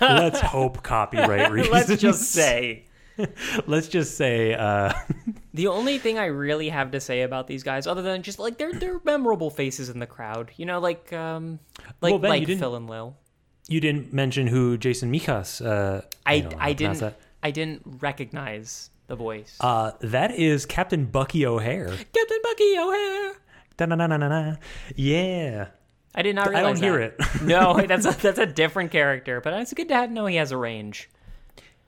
S2: let's hope copyright reasons.
S1: Let's <laughs>
S2: <laughs>
S1: just say.
S2: Let's just say. Uh,
S1: The only thing I really have to say about these guys, other than just like they're they're memorable faces in the crowd, you know, like um, like
S2: Well, Ben, you
S1: like
S2: didn't-
S1: Phil and Lil.
S2: you didn't mention who Jason Mijas. Uh,
S1: I
S2: don't know how
S1: I,
S2: to pronounce
S1: didn't I didn't recognize the voice.
S2: That. Uh, that is Captain Bucky O'Hare.
S1: Captain Bucky oh, O'Hare.
S2: Da-na-na-na-na-na. Yeah,
S1: I did not.
S2: I
S1: Realize
S2: don't hear
S1: that.
S2: it. <laughs>
S1: no, that's a, that's a different character, but it's good to know he has a range.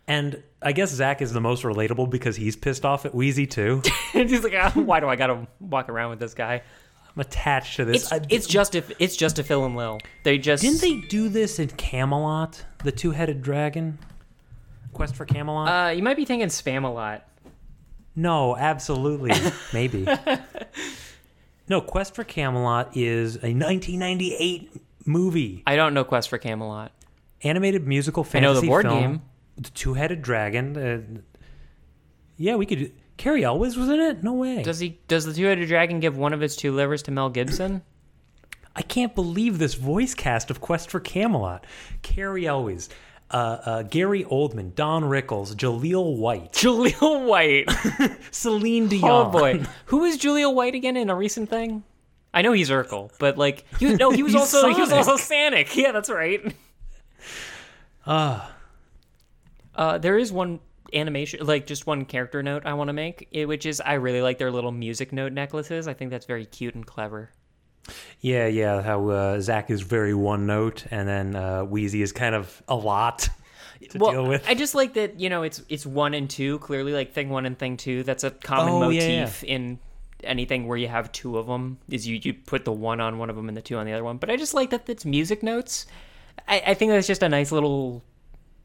S2: and I guess Zach is the most relatable because he's pissed off at
S1: <laughs>
S2: Wheezy too.
S1: He's like, "Ah, why do I gotta walk around with this guy?
S2: I'm attached to this.
S1: It's
S2: I-
S1: it's just if it's just a Phil and Lil. They just
S2: Didn't they do this in Camelot, the two-headed dragon? Quest for Camelot?
S1: Uh, you might be thinking spam a lot.
S2: no,
S1: <laughs>
S2: absolutely. Maybe. No, Quest for Camelot is a 1998 movie,
S1: I don't know Quest for Camelot.
S2: animated musical
S1: I know the
S2: fantasy
S1: board
S2: film.
S1: game.
S2: The two-headed dragon. Uh, yeah, we could. Carrie Elwes was in it. No way.
S1: Does he? Does the two-headed dragon give one of its two livers to Mel <laughs> Gibson?
S2: I can't believe this voice cast of Quest for Camelot. Carrie Elwes, uh, uh, Gary Oldman, Don Rickles, Jaleel White,
S1: Julia White.
S2: Celine Dion.
S1: Oh boy, who was Julia White again in a recent thing? I know he's Urkel, but like, he, no, he was
S2: He's
S1: also he was also Sonic. Yeah, that's right. Uh. there is one animation, like just one character note I want to make, eh, which is I really like their little music note necklaces. I think that's very cute and clever.
S2: Yeah, yeah. How uh, Zach is very one note, and then uh, Wheezy is kind of a lot <laughs> to
S1: well,
S2: deal with.
S1: I just like that you know it's it's one and two clearly like thing one and thing two. That's a common
S2: Oh,
S1: motif
S2: yeah, yeah.
S1: in anything where you have two of them. Is you you put the one on one of them and the two on the other one. But I just like that it's music notes. I, I think that's just a nice little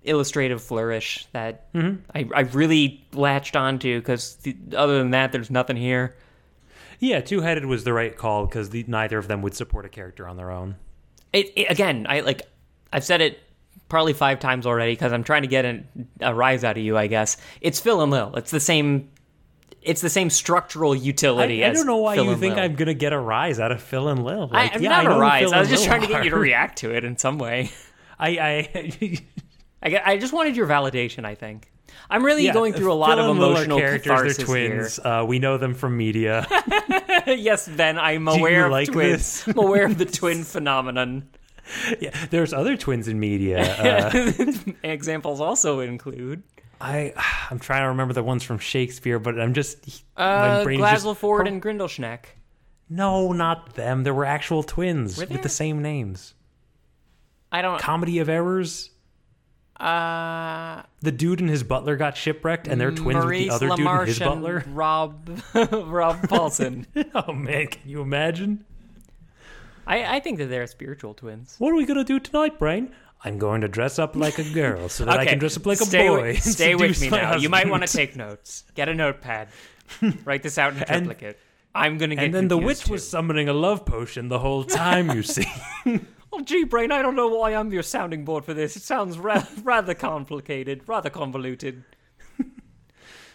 S1: illustrative flourish that
S2: Mm-hmm.
S1: I, I really latched onto because other than that, there's nothing here.
S2: yeah, two headed was the right call because neither of them would support a character on their own.
S1: It, it- again, I like I've said it probably five times already because I'm trying to get an, a rise out of you. I guess it's Phil and Lil. It's the same. It's the same structural
S2: I,
S1: utility.
S2: I
S1: as
S2: don't know why
S1: Phil
S2: you
S1: and
S2: think
S1: Lil.
S2: I'm gonna get a rise out of Phil and Lil.
S1: I,
S2: Like,
S1: I'm
S2: yeah,
S1: not
S2: know
S1: a
S2: who
S1: rise.
S2: Phil
S1: I was
S2: and
S1: just
S2: Lil
S1: trying to get you to
S2: are.
S1: react to it in some way.
S2: <laughs> I, I
S1: I, get- I just wanted your validation. I think I'm really
S2: yeah,
S1: going through a lot
S2: Phil
S1: of
S2: and Lil are
S1: emotional
S2: characters.
S1: catharsis
S2: They're twins. Uh, we know them from media. <laughs>
S1: here. <laughs> yes, Ben, I'm
S2: you
S1: aware of
S2: like
S1: twins.
S2: this?
S1: I'm aware
S2: <laughs>
S1: of the twin phenomenon.
S2: yeah, there's other twins
S1: <laughs>
S2: in media. Uh,
S1: Examples also include
S2: I <sighs> I'm trying to remember the ones from Shakespeare, but I'm just
S1: uh,
S2: my brain is just-
S1: Glasgow Ford and Grindelschneck.
S2: No, not them. There were actual twins
S1: Were
S2: with
S1: there?
S2: the same names.
S1: I don't.
S2: Comedy of Errors.
S1: Uh,
S2: The dude and his butler got shipwrecked, and they're twins
S1: Maurice
S2: with the other dude and his
S1: LaMarche and
S2: butler. <laughs>
S1: Rob <laughs> Rob Paulson.
S2: Oh man, can you imagine?
S1: I, I think that they're spiritual twins.
S2: What are we gonna do tonight, Brain? I'm going to dress up like a girl so that I can dress up like
S1: stay
S2: a boy.
S1: With,
S2: and
S1: stay with me
S2: seduce
S1: now.
S2: my
S1: You might want to
S2: husband.
S1: take notes. Get a notepad. Write this out in triplicate. I'm gonna get.
S2: <laughs> And then the
S1: confused
S2: witch was summoning a love potion the
S1: <laughs>
S2: whole time. You see.
S1: too. Oh, gee, brain. I don't know why I'm your sounding board for this. It sounds ra- <laughs> rather complicated, rather convoluted.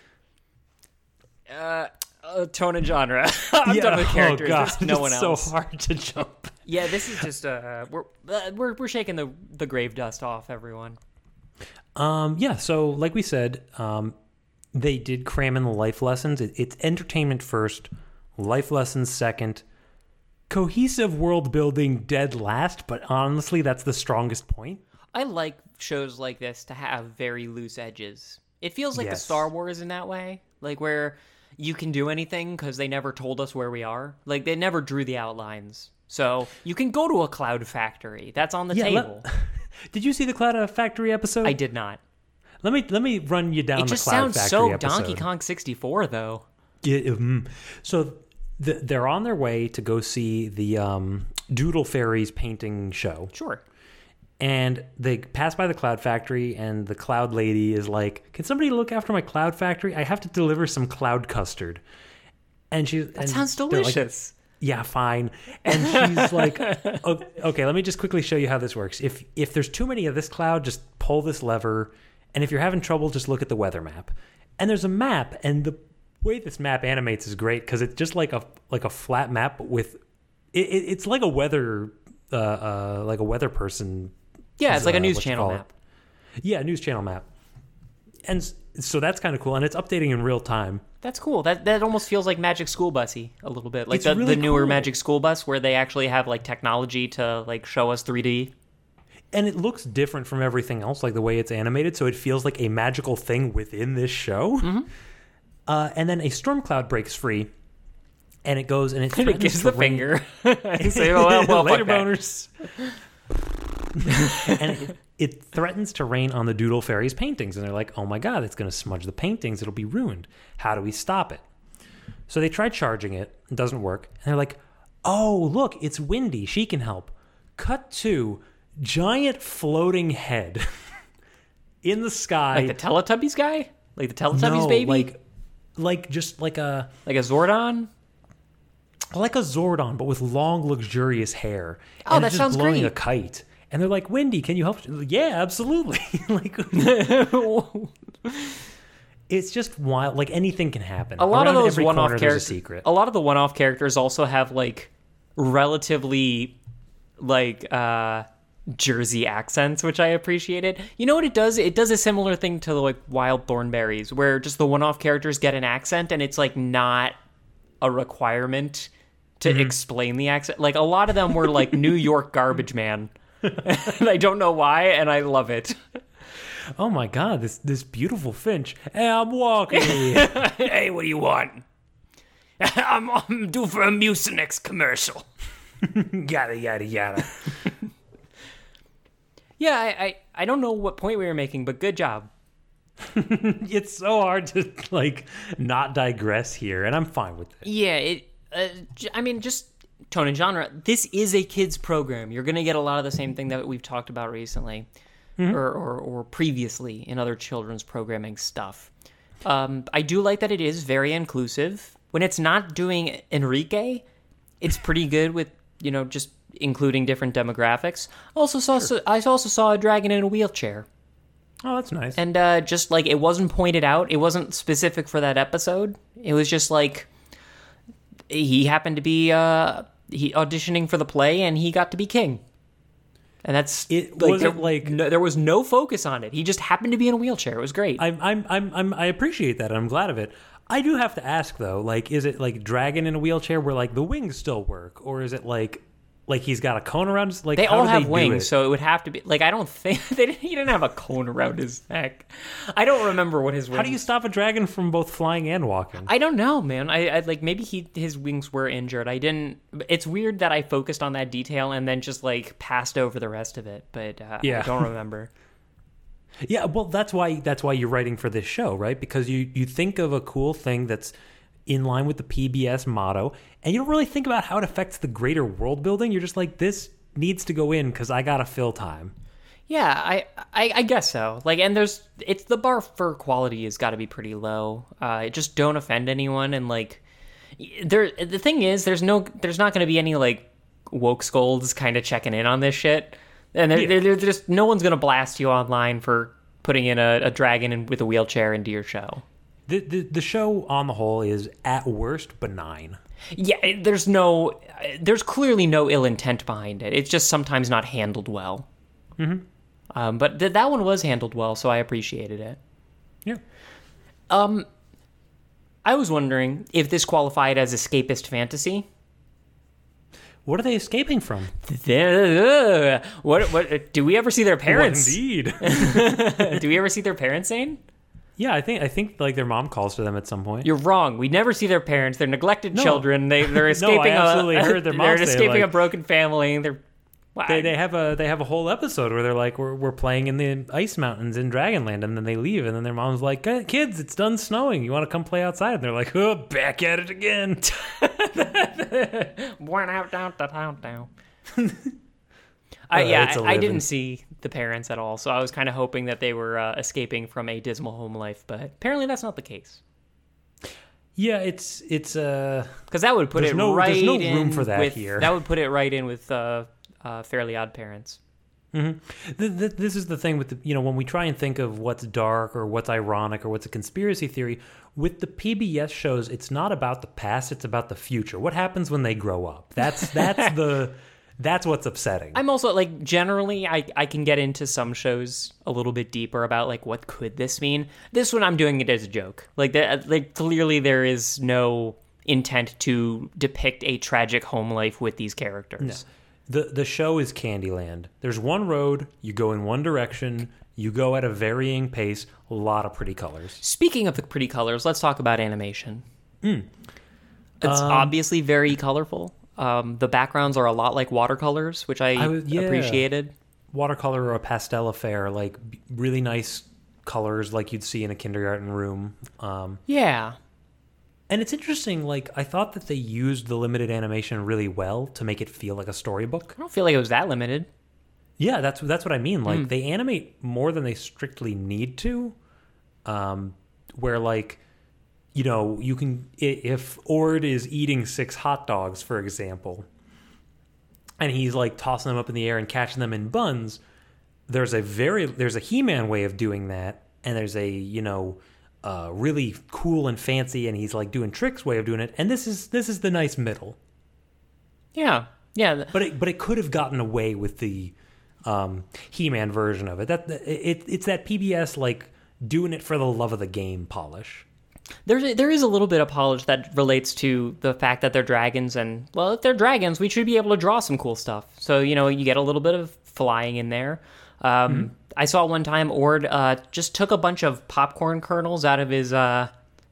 S1: <laughs> uh, uh, tone and genre. <laughs> I'm done with characters.
S2: <laughs> Oh god,
S1: There's no one
S2: it's
S1: else.
S2: So hard to jump.
S1: Yeah, this is just uh, we're uh, we're we're shaking the the grave dust off everyone.
S2: Um, yeah, so like we said, um, they did cram in the life lessons. It, it's entertainment first, life lessons second, cohesive world building dead last. But honestly, that's the strongest point.
S1: I like shows like this to have very loose edges. It feels like the
S2: Yes.
S1: Star Wars in that way. like where you can do anything because they never told us where we are. Like they never drew the outlines. So you can go to a cloud factory. That's on the
S2: Yeah, let- <laughs>
S1: table.
S2: Did you see the Cloud Factory episode?
S1: I did not.
S2: Let me let me run you down
S1: it
S2: the
S1: just
S2: Cloud
S1: sounds
S2: Factory
S1: so
S2: episode.
S1: Donkey Kong 64 though.
S2: Yeah, mm. So th- they're on their way to go see the um, Doodle Fairies painting show,
S1: Sure.
S2: and they pass by the Cloud Factory, and the Cloud Lady is like, "Can somebody look after my Cloud Factory? I have to deliver some cloud custard." And she that
S1: sounds delicious.
S2: yeah, fine.
S1: <laughs>
S2: And she's like, "O- okay, let me just quickly show you how this works. If if there's too many of this cloud, just pull this lever. And if you're having trouble, just look at the weather map. And there's a map, and the way this map animates is great because it's just like a like a flat map with it, it, it's like a weather uh, uh, like a weather person
S1: yeah, it's like a
S2: uh,
S1: news
S2: what you
S1: channel
S2: call it.
S1: map.
S2: yeah news channel map and s- so that's kind of cool and it's updating in real time
S1: That's cool. That that almost feels like Magic School Busy a little bit, like
S2: It's
S1: the,
S2: really
S1: the newer
S2: cool.
S1: Magic School Bus, where they actually have like technology to like show us 3D.
S2: and it looks different from everything else, like the way it's animated. So it feels like a magical thing within this show.
S1: Mm-hmm.
S2: Uh, and then a storm cloud breaks free, and it goes and it,
S1: <laughs> And it
S2: threatens
S1: gives
S2: to
S1: the
S2: rain- <laughs>
S1: finger. <laughs> And say, "Oh, well, well,
S2: Later
S1: fuck that."
S2: boners. <laughs> and it, it threatens to rain on the Doodle Fairy's paintings, and they're like, "Oh my god, it's going to smudge the paintings. It'll be ruined. How do we stop it?" So they try charging it. It doesn't work. And they're like, "Oh, look, it's windy. She can help." Cut to giant floating head <laughs> in the sky.
S1: Like the Teletubbies guy, like the Teletubbies
S2: No,
S1: baby, like,
S2: like like just like a
S1: a Zordon.
S2: like a Zordon, but with long, luxurious hair.
S1: Oh,
S2: and
S1: that
S2: it's just
S1: sounds
S2: blowing
S1: great.
S2: a kite. And they're like, Wendy, can you help? Yeah, absolutely. <laughs> like, it's just wild. Like anything can happen.
S1: a lot of
S2: Around
S1: those
S2: every
S1: one-off
S2: corner,
S1: characters. Oh.
S2: There's a secret.
S1: A lot of the one-off characters also have like relatively like uh Jersey accents, which I appreciated. You know what it does? It does a similar thing to like Wild Thornberries, where just the one-off characters get an accent, and it's like not a requirement to
S2: Mm-hmm.
S1: explain the accent. Like a lot of them were like New York garbage man. <laughs> and I don't know why, and I love it.
S2: oh my god, this this beautiful Finch. Hey,
S1: <laughs>
S2: I'm walking.
S1: hey, what do you want? <laughs> I'm, I'm due for a Mucinex commercial.
S2: yada yada yada.
S1: Yeah, I, I, I don't know what point we were making, but good job.
S2: It's so hard to like not digress here, and I'm fine with it.
S1: Yeah, it. Uh, j- I mean, just tone and genre. This is a kids program. You're gonna get a lot of the same thing that we've talked about recently, or, or or previously in other children's programming stuff. Um, I do like that it is very inclusive. When it's not doing Enrique, it's pretty good with you know just including different demographics. Also saw I also saw a dragon in a wheelchair.
S2: Oh, that's nice.
S1: and uh, just like it wasn't pointed out it wasn't specific for that episode it was just like he happened to be uh he auditioning for the play and he got to be king and that's
S2: It
S1: there,
S2: wasn't, like-
S1: no, there was no focus on it he just happened to be in a wheelchair it was great
S2: I'm, I'm, I'm, I'm, I appreciate that. and I'm glad of it. I do have to ask though, like, is it like dragon in a wheelchair where like the wings still work, or is it like, like he's got a cone around? His, like,
S1: they
S2: how
S1: all
S2: do
S1: have
S2: do
S1: wings
S2: it?
S1: so it would have to be like i don't <laughs> think they didn't, he didn't have a cone around his neck i don't remember what his wings
S2: how do you stop a dragon from both flying and walking?
S1: I don't know, man. I, I like maybe he his wings were injured. I didn't. It's weird that I focused on that detail and then just like passed over the rest of it. But uh,
S2: Yeah.
S1: I don't remember.
S2: yeah, well, that's why that's why you're writing for this show, right? Because you you think of a cool thing that's in line with the PBS motto, and you don't really think about how it affects the greater world building. You're just like, this needs to go in because I gotta fill time.
S1: yeah, I, I I guess so. Like, and there's it's the bar for quality has got to be pretty low. Uh, just don't offend anyone and like y- there. The thing is, there's no there's not going to be any like woke scolds kind of checking in on this shit. And they're, they're, they're just no one's going to blast you online for putting in a, a dragon in, with a wheelchair into your show.
S2: The, the the show on the whole is at worst benign.
S1: Yeah, it- there's no, uh, there's clearly no ill intent behind it. It's just sometimes not handled well. Mm-hmm. Um, but th- that one was handled well, so I appreciated it. Um,
S2: Yeah.
S1: I was wondering if this qualified as escapist fantasy. <laughs>
S2: What are they escaping from? <laughs>
S1: what? What? uh, Do we ever see their parents?
S2: Indeed.
S1: <laughs> do we ever see their parents? Zane?
S2: Yeah, I think I think like their mom calls for them at some point.
S1: You're wrong. We never see their parents. They're neglected
S2: <laughs> No.
S1: children. They they're escaping. a-
S2: absolutely heard their
S1: <laughs>
S2: mom
S1: They're
S2: say,
S1: escaping a
S2: like-
S1: broken family. They're wow.
S2: they, they have a they have a whole episode where they're like we're, we're playing in the ice mountains in Dragonland and then they leave and then their mom's like "Hey, kids it's done snowing you want to come play outside and they're like oh, back at it again <laughs>
S1: went out down down down.
S2: <laughs>
S1: down. I, yeah,
S2: it's a
S1: I, I
S2: living.
S1: didn't see the parents at all, so I was kind of hoping that they were uh, escaping from a dismal home life, but apparently that's not the case.
S2: yeah it's it's uh
S1: Because that would put
S2: There's
S1: it
S2: no-
S1: right
S2: there's no
S1: in
S2: room for that
S1: with,
S2: here.
S1: That would put it right in with uh, uh, Fairly Odd Parents.
S2: th- th- this is the thing with the you know when we try and think of what's dark or what's ironic or what's a conspiracy theory with the PBS shows it's not about the past it's about the future what happens when they grow up that's that's the that's what's upsetting
S1: I'm also like generally I, I can get into some shows a little bit deeper about like what could this mean. This one I'm doing it as a joke. Like that like clearly there is no intent to depict a tragic home life with these characters.
S2: The the show is Candyland. There's one road, you go in one direction, you go at a varying pace, a lot of pretty colors.
S1: Speaking of the pretty colors, let's talk about animation.
S2: Hmm.
S1: It's
S2: Um,
S1: obviously very colorful. Um, the backgrounds are a lot like watercolors, which I,
S2: I was- yeah.
S1: appreciated.
S2: Watercolor or a pastel affair, like b- really nice colors like you'd see in a kindergarten room. Um,
S1: Yeah.
S2: and it's interesting, like I thought that they used the limited animation really well to make it feel like a storybook.
S1: I don't feel like it was that limited.
S2: Yeah, that's that's what I mean. Like they animate more than they strictly need to. Um, where like, you know, you can i- if Ord is eating six hot dogs, for example, and he's like tossing them up in the air and catching them in buns. There's a very there's a He-Man way of doing that, and there's a you know. Uh, really cool and fancy, and he's like doing tricks way of doing it. And this is this is the nice middle
S1: Yeah. Yeah.
S2: but it, but it could have gotten away with the um, He-Man version of it. That it, it's that PBS like doing it for the love of the game polish.
S1: There's a, there is a little bit of polish that relates to the fact that they're dragons, and well, if they're dragons, we should be able to draw some cool stuff. So you know, you get a little bit of flying in there. Um, I saw one time Ord uh, just took a bunch of popcorn kernels out of his uh,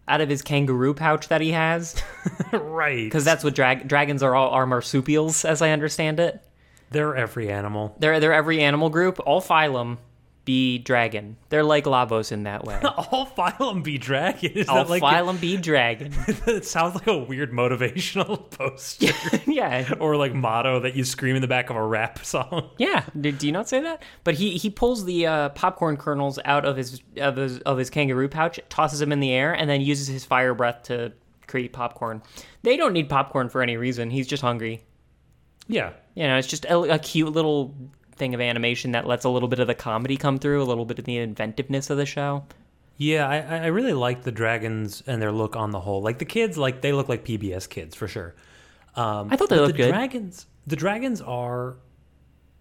S1: out of his kangaroo pouch that he has,
S2: <laughs> Right,
S1: because that's what drag- dragons are all are marsupials, as I understand it.
S2: they're every animal.
S1: They're they're every animal group, all phylum, be dragon. They're like Lavos in that way.
S2: All phylum be dragon. Is
S1: all
S2: that like <laughs>
S1: phylum be dragon. <laughs>
S2: it sounds like a weird motivational <laughs> poster
S1: yeah.
S2: or like motto that you scream in the back of a rap song?
S1: Yeah, do, do you not say that? But he he pulls the uh, popcorn kernels out of his of his of his kangaroo pouch, tosses them in the air, and then uses his fire breath to create popcorn. They don't need popcorn for any reason. He's just hungry.
S2: <laughs> Yeah,
S1: You know, it's just a, a cute little thing of animation that lets a little bit of the comedy come through, a little bit of the inventiveness of the show.
S2: yeah. I- I, I really like the dragons and their look on the whole. Like the kids, like they look like PBS kids for sure.
S1: I thought they
S2: Um, But
S1: looked
S2: the
S1: good.
S2: dragons the dragons are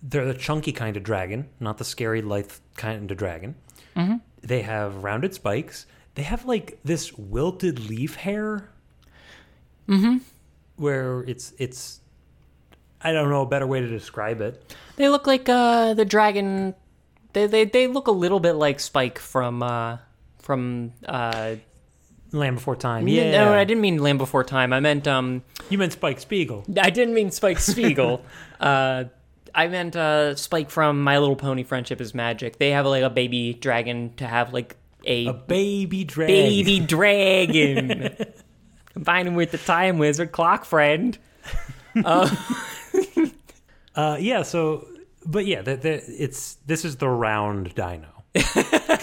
S2: they're the chunky kind of dragon not the scary lithe kind of dragon
S1: Mm-hmm.
S2: they have rounded spikes they have like this wilted leaf hair mm-hmm.
S1: Mm-hmm.
S2: where it's it's i don't know a better way to describe it
S1: they look like uh, the dragon. They, they they look a little bit like Spike from uh, from. Uh,
S2: land before time yeah
S1: yeah. No, I didn't mean Land Before Time. I meant um,
S2: you meant spike spiegel
S1: I didn't mean
S2: <laughs>
S1: Spike Spiegel. uh, I meant uh, Spike from My Little Pony: Friendship Is Magic. They have like a baby dragon to have like a,
S2: a baby dragon
S1: baby
S2: <laughs>
S1: dragon. Combine him with the time wizard clock
S2: <laughs>
S1: friend.
S2: Uh, yeah. So, but yeah, the, the, it's this is the
S1: <laughs>
S2: round dino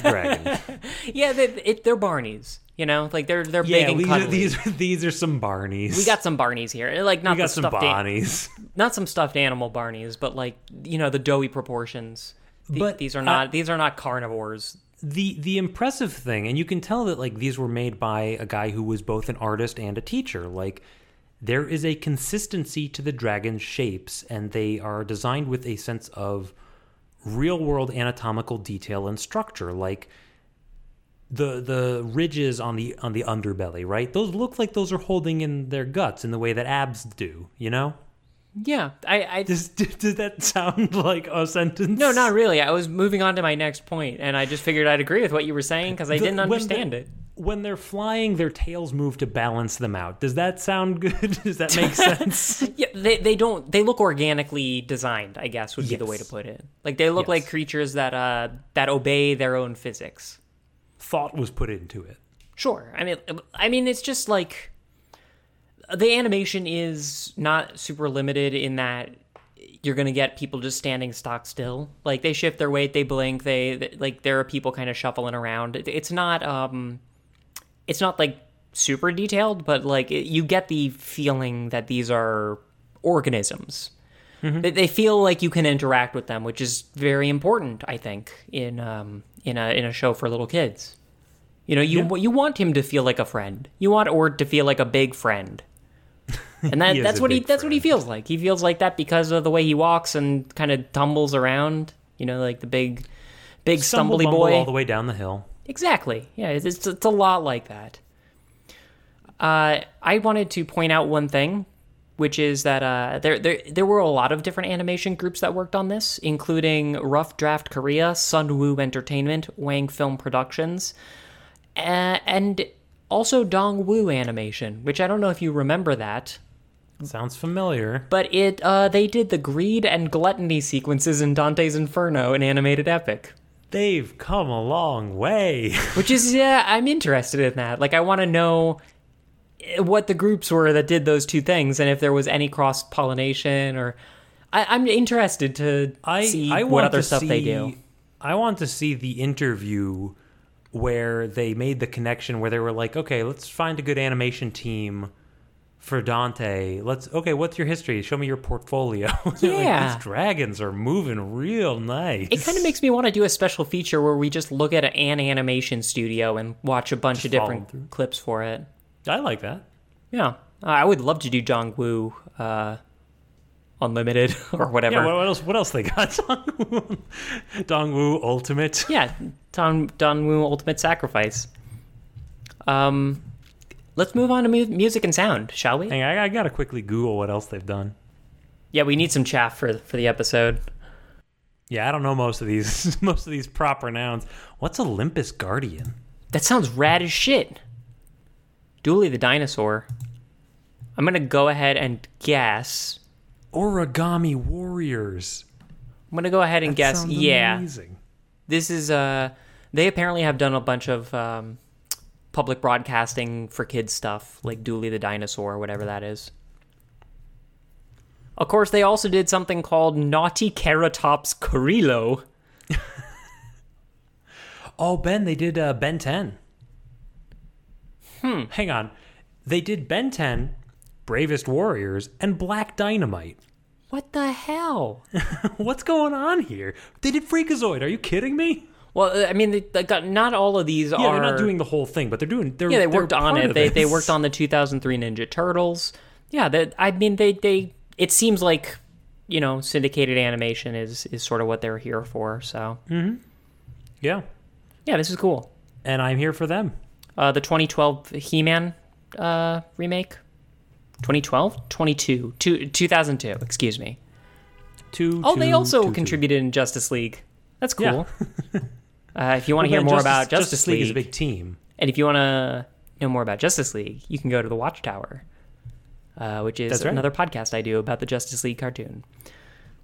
S2: dragon.
S1: Yeah, they, it, they're Barneys. You know, like they're they're big
S2: Yeah,
S1: and
S2: these
S1: cuddly.
S2: are, <laughs> these are these are some Barneys.
S1: we got some Barneys here, like not
S2: we got
S1: the
S2: some
S1: stuffed an-
S2: Bonnies.
S1: not some stuffed animal Barneys, but like you know the doughy proportions. The-
S2: <laughs> But,
S1: these are
S2: uh,
S1: not these are not carnivores.
S2: the the impressive thing, and you can tell that like these were made by a guy who was both an artist and a teacher. Like there is a consistency to the dragon's shapes, and they are designed with a sense of real world anatomical detail and structure. Like the the ridges on the on the underbelly, right? Those look like those are holding in their guts in the way that abs do, you know?
S1: Yeah, I, I
S2: Does, <laughs> does that sound like a sentence?
S1: no, not really. I was moving on to my next point, and I just figured I'd agree with what you were saying because I
S2: The-
S1: didn't
S2: when they-
S1: understand it.
S2: When they're flying, their tails move to balance them out. Does that sound good? <laughs> Does that
S1: <laughs>
S2: make sense?
S1: Yeah, they they don't they look organically designed. I guess would be the way to
S2: Yes.
S1: put it. Like they look like
S2: Yes.
S1: creatures that uh that obey their own physics.
S2: Thought was put into it.
S1: Sure. I mean, I mean, it's just like the animation is not super limited in that you're gonna get people just standing stock still. Like they shift their weight, they blink, they th- like there are people kind of shuffling around. It- It's not um, it's not like super detailed, but like it, you get the feeling that these are organisms.
S2: Mm-hmm.
S1: That they feel like you can interact with them, which is very important, I think, in um, in a in a show for little kids. You know, you you want him to feel like a friend. You want Ord to feel like a big friend. And that,
S2: <laughs> He is
S1: that's
S2: a
S1: what he
S2: big
S1: that's what he
S2: friend.
S1: feels like. He feels like that because of the way he walks and kind of tumbles around, you know, like the big big
S2: Stumble
S1: stumbly
S2: bumble
S1: boy.
S2: all the way down the hill.
S1: Exactly. Yeah, it's, it's, it's a lot like that. Uh, I wanted to point out one thing, which is that uh, there, there there were a lot of different animation groups that worked on this, including Rough Draft Korea, Sunwoo Entertainment, Wang Film Productions, uh, and also Dongwoo Animation, which I don't know if you remember that,
S2: Sounds familiar.
S1: but it uh, they did the greed and gluttony sequences in Dante's Inferno, an animated epic.
S2: They've come a long way. <laughs>
S1: Which is, yeah, I'm interested in that. Like, I want to know eh, what the groups were that did those two things, and if there was any cross pollination, or I, I'm interested to
S2: I
S1: see
S2: I
S1: what
S2: want
S1: other
S2: to
S1: stuff they
S2: see-
S1: do.
S2: I want to see the interview where they made the connection where they were like, okay, let's find a good animation team for Dante. Let's okay, what's your history? Show me your portfolio. <laughs> They're like,
S1: Yeah.
S2: These dragons are moving real nice.
S1: It kind of makes me want to do a special feature where we just look at an animation studio and watch a bunch of
S2: follow
S1: different
S2: through.
S1: clips for it.
S2: I like that.
S1: Yeah, I would love to do Jong Woo uh, Unlimited <laughs> or whatever.
S2: Yeah, what, what else? What else they got? <laughs> Dongwu Ultimate.
S1: Yeah, Don Don Wu Ultimate Sacrifice. Um, let's move on to mu- music and sound, shall we?
S2: Hang on, I, I gotta quickly Google what else they've done.
S1: Yeah, we need some chaff for for the episode.
S2: Yeah, I don't know most of these <laughs> most of these proper nouns. What's Olympus Guardian?
S1: That sounds rad as shit. Dooley the dinosaur. I'm gonna go ahead and guess.
S2: Origami Warriors.
S1: I'm gonna go ahead and guess.
S2: Sounds
S1: Yeah,
S2: amazing.
S1: this is uh, they apparently have done a bunch of um, public broadcasting for kids stuff, like Dooley the dinosaur, whatever that is. Of course, they also did something called Naughty Keratops Carilo.
S2: Oh, Ben, they did uh, Ben 10. Hmm. Hang on. They did Ben 10, Bravest Warriors, and Black Dynamite.
S1: What the hell?
S2: What's going on here? They did Freakazoid. Are you kidding me?
S1: Well, uh, I mean, they, they got, not all of these
S2: Yeah,
S1: are.
S2: they're not doing the whole thing, but they're doing. They're,
S1: Yeah, they
S2: they're
S1: worked on
S2: part
S1: it.
S2: of
S1: They they
S2: this.
S1: worked on the 2003 Ninja Turtles. Yeah, that I mean they they it seems like you know syndicated animation is is sort of what they're here for. So
S2: <laughs> Yeah,
S1: yeah, this is cool.
S2: and I'm here for them.
S1: Uh, the 2012 He-Man uh, remake. 2012, 22, two, 2002. Excuse me.
S2: Two.
S1: Oh, they
S2: two,
S1: also
S2: two, two.
S1: contributed in Justice League. That's
S2: Yeah.
S1: cool.
S2: <laughs>
S1: uh, if you want to hear
S2: Well, then
S1: more
S2: Justice-
S1: about Justice,
S2: Justice
S1: League,
S2: League is a big team.
S1: And if you want to know more about Justice League, you can go to the Watchtower, uh, which is
S2: That's right.
S1: another podcast I do about the Justice League cartoon,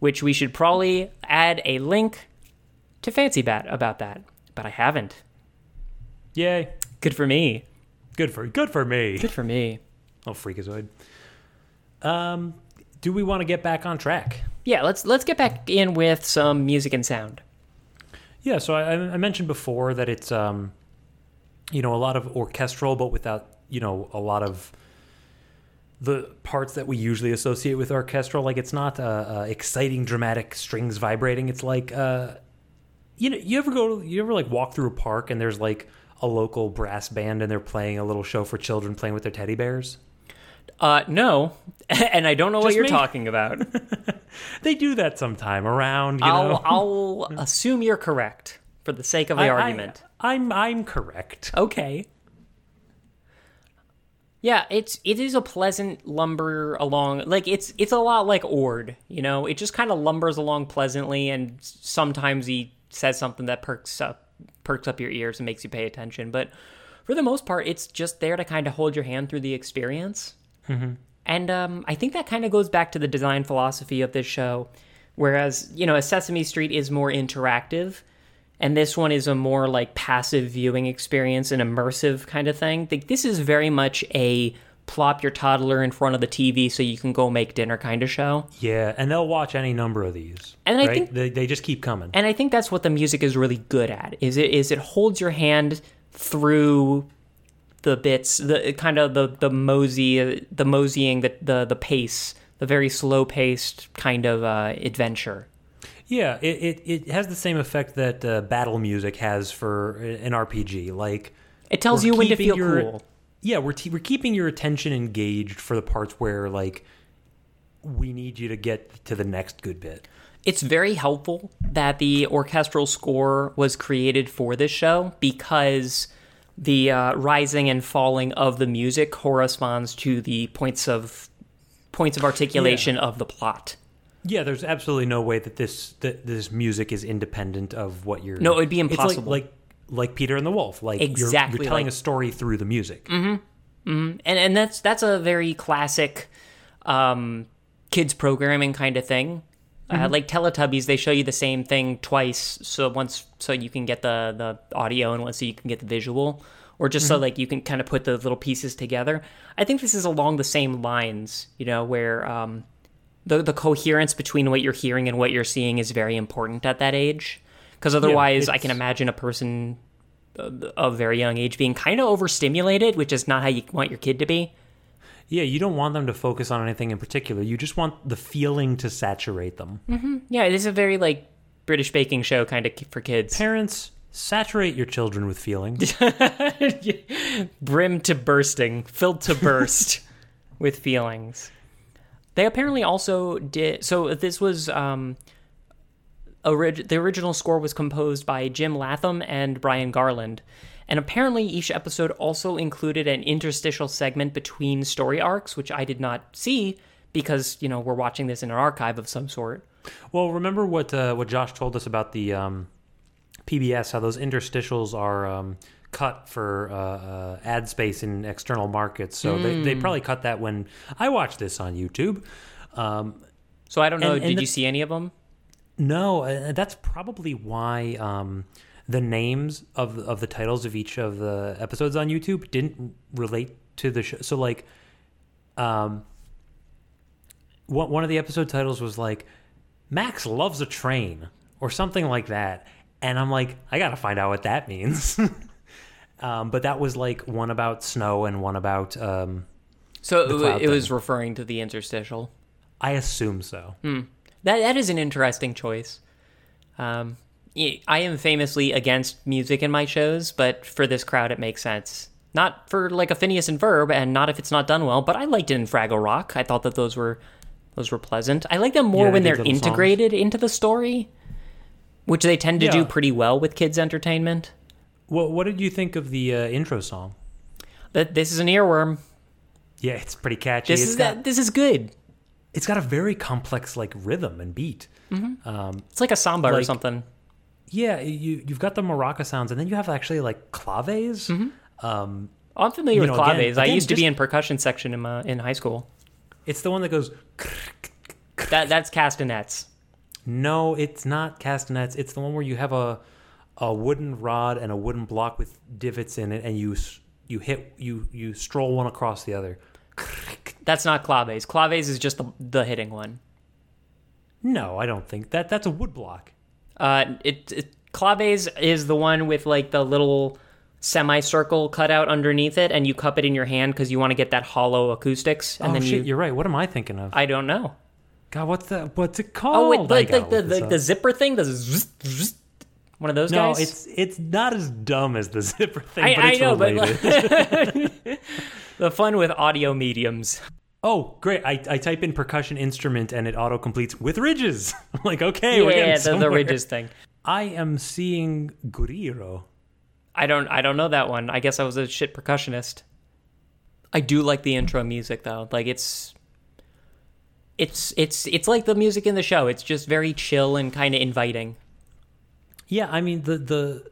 S1: which we should probably add a link to Fancy Bat about that. But I haven't.
S2: Yay!
S1: Good for me.
S2: Good for good for me.
S1: Good for me.
S2: Oh, Freakazoid. Um, do we want to get back on track?
S1: Yeah, let's let's get back in with some music and sound.
S2: Yeah, so I, I mentioned before that it's um, you know, a lot of orchestral, but without you know a lot of the parts that we usually associate with orchestral. Like it's not uh, uh, exciting, dramatic strings vibrating. It's like uh, you know, you ever go, to, you ever like walk through a park and there's like a local brass band and they're playing a little show for children, playing with their teddy bears.
S1: Uh, no, <laughs> and I don't know what
S2: Just
S1: you're
S2: me?
S1: talking about. <laughs>
S2: They do that sometime around. You know,
S1: I'll I'll assume you're correct for the sake of the
S2: I- I-
S1: argument.
S2: I'm I'm correct.
S1: okay. Yeah, it's it is a pleasant lumber along. Like it's it's a lot like Ord, you know. It just kind of lumbers along pleasantly, and s- sometimes he says something that perks up perks up your ears and makes you pay attention. But for the most part, it's just there to kind of hold your hand through the experience. And um, I think that kind of goes back to the design philosophy of this show. Whereas, you know, a Sesame Street is more interactive, and this one is a more like passive viewing experience, an immersive kind of thing. Like, this is very much a plop your toddler in front of the TV so you can go make dinner kind of show.
S2: Yeah, and they'll watch any number of these.
S1: And I
S2: right?
S1: think-
S2: they, they just keep coming.
S1: And I think that's what the music is really good at. Is it is it holds your hand through the bits, the kind of the the mosey, the moseying, the the the pace, the very slow paced kind of uh, adventure.
S2: Yeah, it, it, it has the same effect that uh, battle music has for uh, an RPG. Like
S1: It tells
S2: we're
S1: you when to
S2: keeping
S1: feel
S2: your-
S1: cool.
S2: Yeah, we're t- we're keeping your attention engaged for the parts where like we need you to get to the next good bit.
S1: It's very helpful that the orchestral score was created for this show because the uh, rising and falling of the music corresponds to the points of points of articulation of the plot.
S2: Yeah, there's absolutely no way that this that this music is independent of what you're.
S1: No, it would be
S2: It's like-
S1: impossible.
S2: like, like Peter and the Wolf. Like you're- you're,
S1: Exactly,
S2: telling
S1: like-
S2: a story through the music.
S1: and and that's that's a very classic um kids programming kind of thing uh, like teletubbies they show you the same thing twice so once so you can get the the audio and once so you can get the visual or just so like you can kind of put the little pieces together i think this is along the same lines you know where um the the coherence between what you're hearing and what you're seeing is very important at that age because otherwise i can
S2: it's-
S1: imagine a person uh, of a very young age being kind of overstimulated which is not how you want your kid to be
S2: Yeah, you don't want them to focus on anything in particular. You just want the feeling to saturate them.
S1: yeah this is a very like british baking show kind of for
S2: <laughs>
S1: kids
S2: Parents, saturate your children with feeling.
S1: brim to bursting filled to
S2: <laughs>
S1: burst with feelings they apparently also did so this was um orig- the original score was composed by jim latham and brian garland and apparently each episode also included an interstitial segment between story arcs which i did not see because you know we're watching this in an archive of some sort
S2: Well, remember what uh, what Josh told us about the um, PBS? How those interstitials are um, cut for uh, uh, ad space in external markets. So they, they probably cut that when I watched this on YouTube. Um,
S1: so i don't know
S2: And- and
S1: did
S2: the-
S1: you see any of them
S2: no, uh, that's probably why um, the names of of the titles of each of the episodes on YouTube didn't relate to the show. So like, um, one one of the episode titles was like "Max loves a train" or something like that, and I'm like, I gotta find out what that means. <laughs> um, but that was like one about snow and one about. Um,
S1: so it, wa-
S2: cloud
S1: it was referring to the interstitial
S2: I assume so.
S1: Hmm. That that is an interesting choice. Um, y- I am famously against music in my shows, but for this crowd, it makes sense. Not for like a Phineas and Ferb, and not if it's not done well. But I liked it in Fraggle Rock. I thought that those were those were pleasant. I like them more
S2: Yeah, they
S1: when
S2: did
S1: they're
S2: little songs.
S1: integrated into the story, which they tend to do
S2: Yeah.
S1: pretty well with kids' entertainment.
S2: What what did you think of the uh, intro song?
S1: But this is an earworm.
S2: Yeah, it's pretty catchy.
S1: This
S2: It's
S1: is
S2: got-
S1: that. This is good.
S2: it's got a very complex like rhythm and beat.
S1: It's like a samba or
S2: Like-
S1: something.
S2: Yeah, you you've got the maraca sounds, and then you have actually like claves.
S1: Mm-hmm. Oh, I'm familiar
S2: you
S1: with
S2: know, again-
S1: claves. I
S2: again,
S1: used to be
S2: just-
S1: in percussion section in my, in high school.
S2: It's the one that goes.
S1: That that's castanets.
S2: No, it's not castanets. It's the one where you have a a wooden rod and a wooden block with divots in it, and you s- you hit you you stroll one across the other.
S1: That's not claves. Claves is just the, the hitting one.
S2: No, I don't think that that's a wood block.
S1: Uh, it, it claves is the one with like the little semicircle cutout underneath it, and you cup it in your hand because you want to get that hollow acoustics. And
S2: oh
S1: then
S2: shit,
S1: you,
S2: you, are right. What am I thinking of?
S1: I don't know.
S2: God, what's the what's it called?
S1: Oh, wait,
S2: I
S1: like
S2: gotta
S1: the, the,
S2: look this
S1: the,
S2: up.
S1: the zipper thing, the zzz, zzz, one of those
S2: no,
S1: guys.
S2: it's it's not as dumb as the <laughs> zipper thing,
S1: I,
S2: but
S1: I
S2: it's
S1: know,
S2: related.
S1: but <laughs> the fun with audio mediums.
S2: Oh, great. I, I type in percussion instrument and it auto completes with ridges. <laughs> I'm like, okay, we're getting
S1: yeah, the, the
S2: somewhere.
S1: ridges thing.
S2: I am seeing guriro.
S1: I don't I don't know that one. I guess I was a shit percussionist. I do like the intro music though. Like it's it's it's it's like the music in the show. It's just very chill and kind of inviting.
S2: Yeah, I mean the the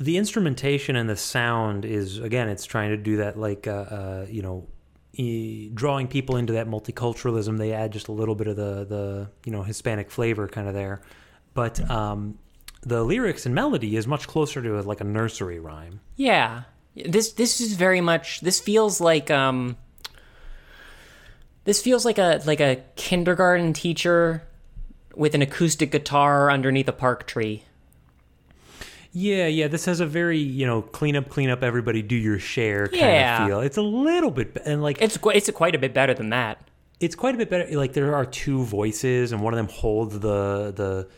S2: the instrumentation and the sound is again, it's trying to do that like uh, uh you know e- drawing people into that multiculturalism. They add just a little bit of the the you know Hispanic flavor kind of there, but um the lyrics and melody is much closer to like a nursery rhyme.
S1: Yeah. This this is very much this feels like um this feels like a like a kindergarten teacher with an acoustic guitar underneath a park tree.
S2: Yeah, yeah. This has a very you know clean up, clean up, everybody do your share kind
S1: Yeah.
S2: of feel. It's a little bit and like
S1: It's qu- it's quite a bit better than that.
S2: it's quite a bit better. Like there are two voices, and one of them holds the the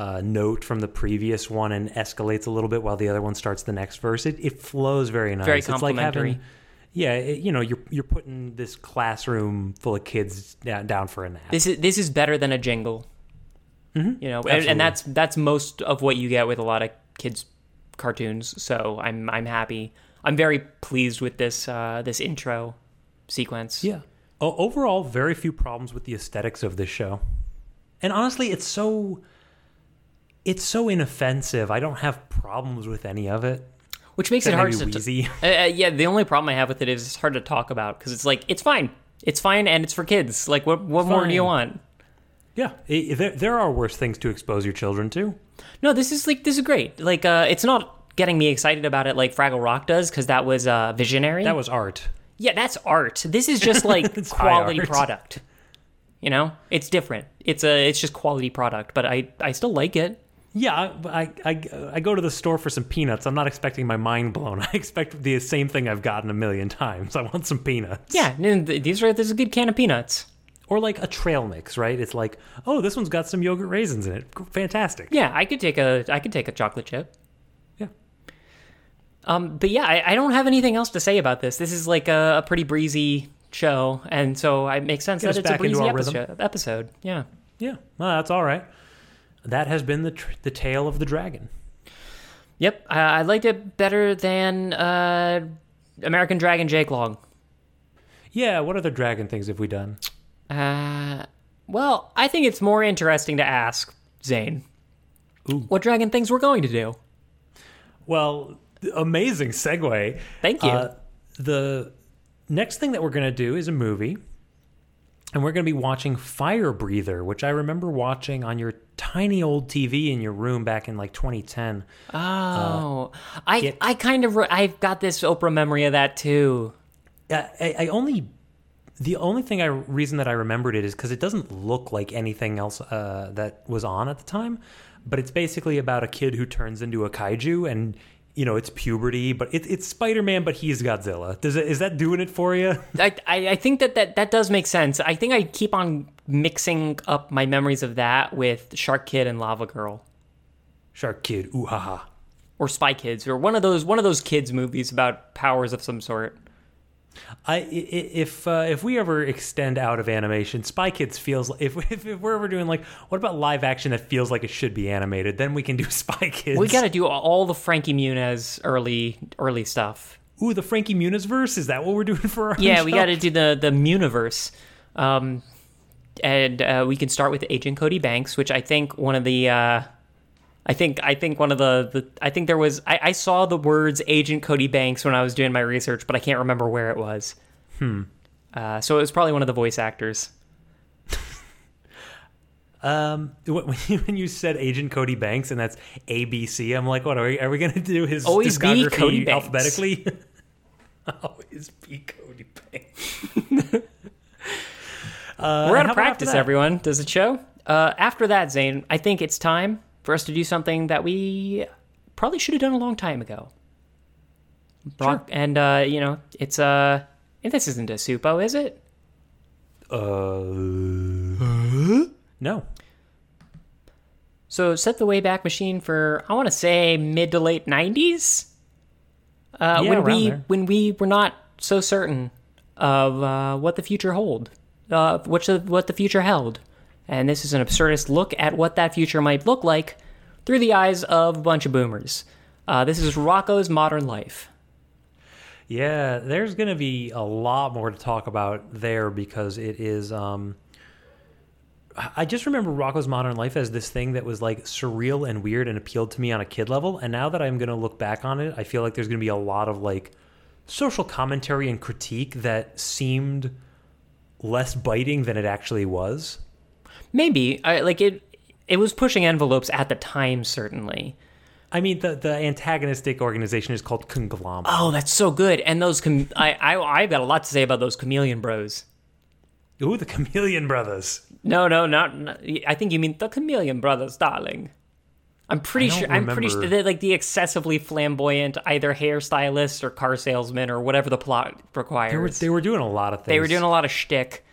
S2: uh, note from the previous one and escalates a little bit, while the other one starts the next verse. It, it flows very nice.
S1: Very
S2: It's like
S1: complimentary.
S2: having, yeah, it, you know, you're you're putting this classroom full of kids down, down for a nap.
S1: This is this is better than a jingle. You know, and,
S2: Mm-hmm. Absolutely.
S1: and that's that's most of what you get with a lot of kids cartoons. So I'm I'm happy. I'm very pleased with this uh, this intro sequence.
S2: Yeah. O- overall, very few problems with the aesthetics of this show. And honestly, it's so it's so inoffensive. I don't have problems with any of it.
S1: which makes it
S2: Except
S1: hard
S2: maybe
S1: to.
S2: Wheezy.
S1: Uh, uh, yeah, the only problem I have with it is it's hard to talk about because it's like it's fine, it's fine, and it's for kids. Like, what what more do you
S2: Fine.
S1: want?
S2: Yeah, I- there, there are worse things to expose your children to.
S1: No, this is like this is great. Like, uh, it's not getting me excited about it like Fraggle Rock does because that was uh, visionary.
S2: That was art.
S1: yeah, that's art. This is just like <laughs>
S2: It's high
S1: quality
S2: art.
S1: product. You know, it's different. It's a it's just quality product, but I I still like it.
S2: Yeah, I, I, I, I go to the store for some peanuts. I'm not expecting my mind blown. <laughs> I expect the same thing I've gotten a million times. I want some peanuts.
S1: Yeah, n- th- these are this is a good can of peanuts.
S2: Or like a trail mix, right? It's like, oh, this one's got some yogurt raisins in it. Fantastic.
S1: Yeah, I could take a I could take a chocolate chip.
S2: Yeah.
S1: Um, but yeah, I, I don't have anything else to say about this. This is like a, a pretty breezy show, and so it makes sense
S2: Get
S1: that
S2: us
S1: it's a
S2: back into
S1: breezy
S2: our rhythm.
S1: episode. episode. Yeah.
S2: Yeah, well, that's all right. That has been the tr- the tale of the dragon.
S1: Yep. I, I liked it better than uh, American Dragon Jake Long.
S2: Yeah, what other dragon things have we done?
S1: Uh, well, I think it's more interesting to ask Zane what dragon things we're going to do.
S2: Well, th- amazing segue.
S1: Thank you.
S2: Uh, the next thing that we're going to do is a movie, and we're going to be watching Fire Breather, which I remember watching on your tiny old TV in your room back in like 2010.
S1: Oh, I
S2: get-
S1: I kind of re- I've got this Oprah memory of that too.
S2: I, I- I only the only thing I reason that I remembered it is because it doesn't look like anything else uh, that was on at the time. But it's basically about a kid who turns into a kaiju, and you know it's puberty, but it, it's Spider Man, but he's Godzilla. Does it, is that doing it for you? <laughs>
S1: I, I, I think that, that that does make sense. I think I keep on mixing up my memories of that with Shark Kid and Lava Girl
S2: Shark Kid, ooh ha ha.
S1: or Spy Kids or one of those one of those kids movies about powers of some sort.
S2: I, i- i- if uh, if we ever extend out of animation, Spy Kids feels if, <laughs> if if we're ever doing like what about live action that feels like it should be animated, then we can do <laughs> Spy Kids.
S1: We got to do all the Frankie Muniz early early stuff.
S2: ooh the Frankie Muniz verse. Is that what we're doing for our?
S1: Yeah, we
S2: <laughs> show?
S1: got to do the the Muniverse. Um and uh, we can start with Agent Cody Banks, which I think one of the uh I think I think one of the, the I think there was I, I saw the words Agent Cody Banks when I was doing my research, but I can't remember where it was. Hmm. Uh, so it was probably one of the voice actors.
S2: Um, wh- <laughs> when you, when you said Agent Cody Banks and that's ABC, I'm like, what are we, are we going to do his
S1: Always be
S2: discography
S1: Cody Banks. <laughs>
S2: alphabetically? Always be Cody Banks. uh,
S1: We're
S2: and
S1: out
S2: how
S1: of
S2: about
S1: practice,
S2: after that?
S1: everyone. Does it show? Uh, after that, Zane, I think it's time for us to do something that we probably should have done a long time ago. Brock, and uh, you know, it's uh, and this isn't a supo, is it?
S2: Uh, no.
S1: So set the Wayback Machine for I want to say mid to late nineties. Uh,
S2: Yeah,
S1: when
S2: around
S1: we
S2: there.
S1: when we were not so certain of uh, what the future hold, uh, what the, what the future held, and this is an absurdist look at what that future might look like through the eyes of a bunch of boomers. Uh, this is Rocco's modern life.
S2: Yeah, there's going to be a lot more to talk about there because it is. Um, I I just remember Rocco's Modern Life as this thing that was like surreal and weird and appealed to me on a kid level. And now that I'm going to look back on it, I feel like there's going to be a lot of like social commentary and critique that seemed less biting than it actually was.
S1: Maybe I, like it. It was pushing envelopes at the time, certainly.
S2: I mean, the, the antagonistic organization is called Conglomerate.
S1: Oh, that's so good. And those, chame- I, I, I've got a lot to say about those chameleon bros. Oh.
S2: Ooh, the Chameleon Brothers.
S1: No, no, not. not- I think you mean the Chameleon Brothers, darling. I'm pretty
S2: I don't
S1: sure. I'm pretty sure
S2: remember.
S1: they're like the excessively flamboyant, either hairstylists or car salesmen or whatever the plot requires.
S2: They were, they were doing a lot of things.
S1: They were doing a lot of shtick.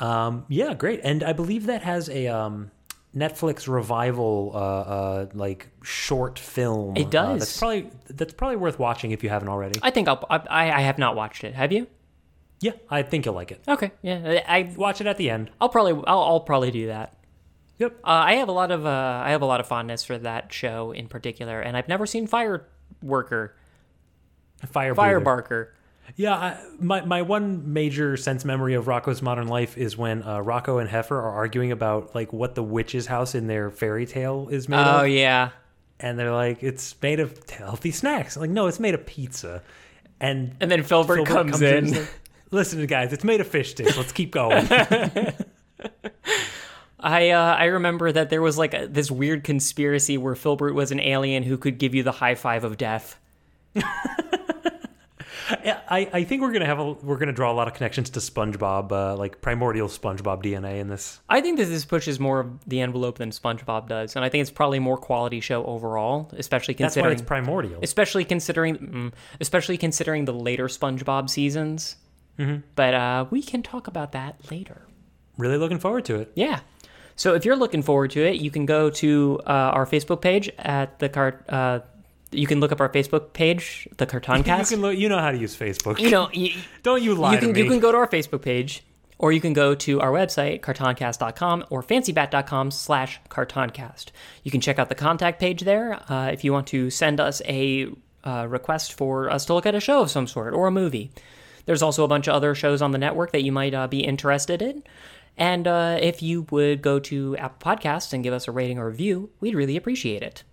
S2: Yeah, great. And I believe that has a um, Netflix revival, uh, uh, like short film.
S1: It
S2: Uh,
S1: does.
S2: that's probably that's probably worth watching if you haven't already.
S1: I think I'll, I, I have not watched it. Have you?
S2: yeah, I think you'll like it.
S1: Okay, yeah. I,
S2: Watch it at the end.
S1: I'll probably, I'll, I'll probably do that.
S2: Yep.
S1: Uh, I have a lot of, uh, I have a lot of fondness for that show in particular, and I've never seen Fire Worker,
S2: Fire
S1: Fire
S2: breather.
S1: Barker.
S2: Yeah, I, my my one major sense memory of Rocco's Modern Life is when uh, Rocco and Heifer are arguing about like what the witch's house in their fairy tale is made
S1: Oh
S2: of,
S1: yeah.
S2: and they're like, it's made of healthy snacks. I'm like, no, it's made of pizza. And
S1: And then Filbert,
S2: Filbert
S1: comes,
S2: and
S1: in.
S2: is like, <laughs> Listen, guys, it's made of fish sticks. Let's
S1: <laughs>
S2: keep going.
S1: I uh, I remember that there was like a, this weird conspiracy where Filbert was an alien who could give you the high five of death.
S2: I, I think we're gonna have a, we're gonna draw a lot of connections to SpongeBob, uh, like primordial SpongeBob DNA in this.
S1: I think that this pushes more of the envelope than SpongeBob does, and I think it's probably more quality show overall, especially
S2: That's
S1: considering
S2: why it's primordial.
S1: especially considering mm, especially considering the later SpongeBob seasons. But uh, we can talk about that later.
S2: really looking forward to it.
S1: Yeah. So if you're looking forward to it, you can go to uh, our Facebook page at the cart. Uh, you can look up our Facebook page, <laughs> the Cartoncast.
S2: You can look, you know how to use Facebook.
S1: you know, you,
S2: Don't you lie
S1: you can
S2: to me.
S1: you can go to our Facebook page, or you can go to our website cartoncast.com or fancybat.com slash cartoncast. You can check out the contact page there uh, if you want to send us a uh, request for us to look at a show of some sort or a movie. There's also a bunch of other shows on the network that you might uh, be interested in. And uh, if you would go to Apple Podcasts and give us a rating or review, we'd really appreciate it.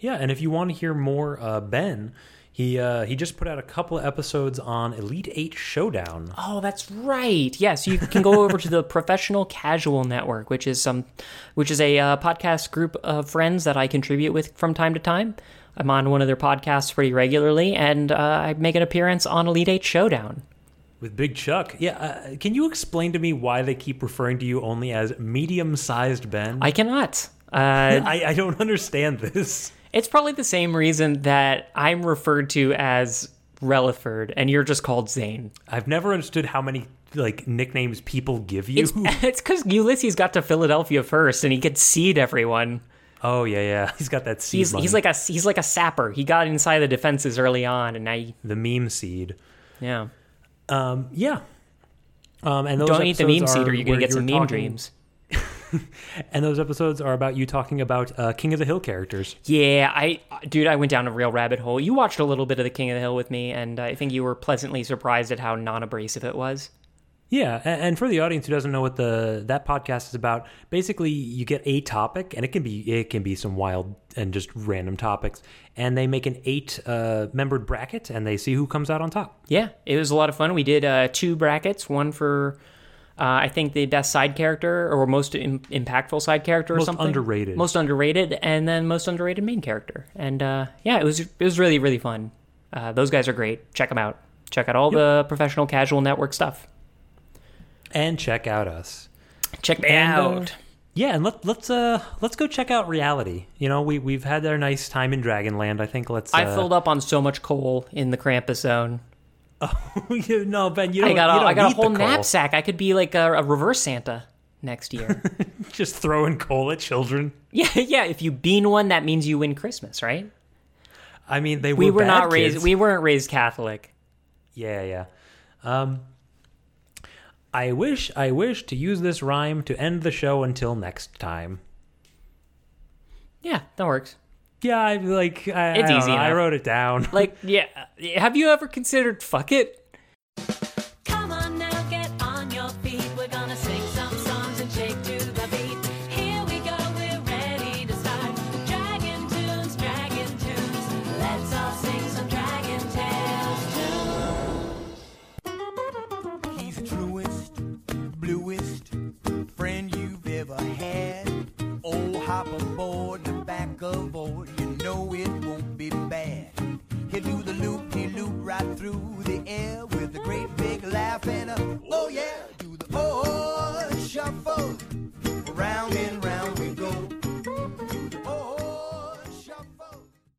S2: Yeah, and if you want to hear more, uh, Ben, he uh, he just put out a couple of episodes on Elite Eight Showdown.
S1: Oh, that's right. Yes, you can go over to the Professional Casual Network, which is some, which is a uh, podcast group of friends that I contribute with from time to time. I'm on one of their podcasts pretty regularly, and uh, I make an appearance on Elite Eight Showdown.
S2: With Big Chuck, yeah. Uh, can you explain to me why they keep referring to you only as medium-sized Ben?
S1: I cannot.
S2: <laughs>
S1: Uh,
S2: I, I don't understand this.
S1: it's probably the same reason that I'm referred to as Relaford, and you're just called Zane.
S2: I've never understood how many like nicknames people give you.
S1: It's <laughs> it's because Ulysses got to Philadelphia first, and he could seed everyone.
S2: <laughs> oh yeah, yeah. He's got that seed.
S1: He's,
S2: money.
S1: he's like a he's like a sapper. He got inside the defenses early on, and now he
S2: the meme seed.
S1: Yeah.
S2: Yeah. Um, and those
S1: Don't eat the meme
S2: episodes
S1: seed
S2: are
S1: or you're going to
S2: where
S1: get some
S2: you're
S1: meme
S2: talking-
S1: dreams.
S2: And those episodes are about you talking about uh, King of the Hill characters.
S1: Yeah, I dude, I went down a real rabbit hole. You watched a little bit of The King of the Hill with me and I think you were pleasantly surprised at how non-abrasive it was.
S2: Yeah, and, and for the audience who doesn't know what the that podcast is about, basically you get a topic, and it can be it can be some wild and just random topics, and they make an eight uh, membered bracket, and they see who comes out on top.
S1: Yeah, it was a lot of fun. We did uh, two brackets, one for uh, I think the best side character or most Im- impactful side character or
S2: Most
S1: something.
S2: underrated.
S1: Most underrated and then most underrated main character. And uh, yeah, it was it was really really fun. Uh, those guys are great. Check them out. Check out all the professional casual network stuff.
S2: And check out us.
S1: Check me
S2: And, uh,
S1: out.
S2: Yeah, and let, let's uh let's go check out reality. You know, we we've had our nice time in Dragonland. I think let's.
S1: I
S2: uh,
S1: filled up on so much coal in the Krampus zone.
S2: <laughs> you, no, Ben, you don't.
S1: I got
S2: you
S1: a,
S2: don't
S1: I got a
S2: need the
S1: whole
S2: coal.
S1: knapsack. I could be like a, a reverse Santa next
S2: <laughs>
S1: year.
S2: Just throwing coal at children.
S1: yeah, yeah. If you bean one, that means you win Christmas, right?
S2: I mean, they
S1: We were,
S2: were bad
S1: not raised.
S2: kids.
S1: We weren't raised Catholic.
S2: Yeah, yeah. Um, I wish, I wish to use this rhyme to end the show until next time.
S1: Yeah, that works.
S2: Yeah, I like. I,
S1: It's
S2: I don't
S1: easy
S2: know. I
S1: enough.
S2: wrote
S1: <laughs>
S2: it down.
S1: Like, yeah. Have you ever considered fuck it?
S3: Come on now, get on your feet. We're gonna sing some songs and shake to the beat. Here we go, we're ready to start. Dragon tunes, dragon tunes. Let's all sing some dragon tales tunes.
S7: He's the truest, bluest friend you've ever had. Oh, hop aboard the back of board, you know it won't be bad. He'll do the loop, he loop right through the air with a great big laugh and a oh yeah, do the oh shuffle.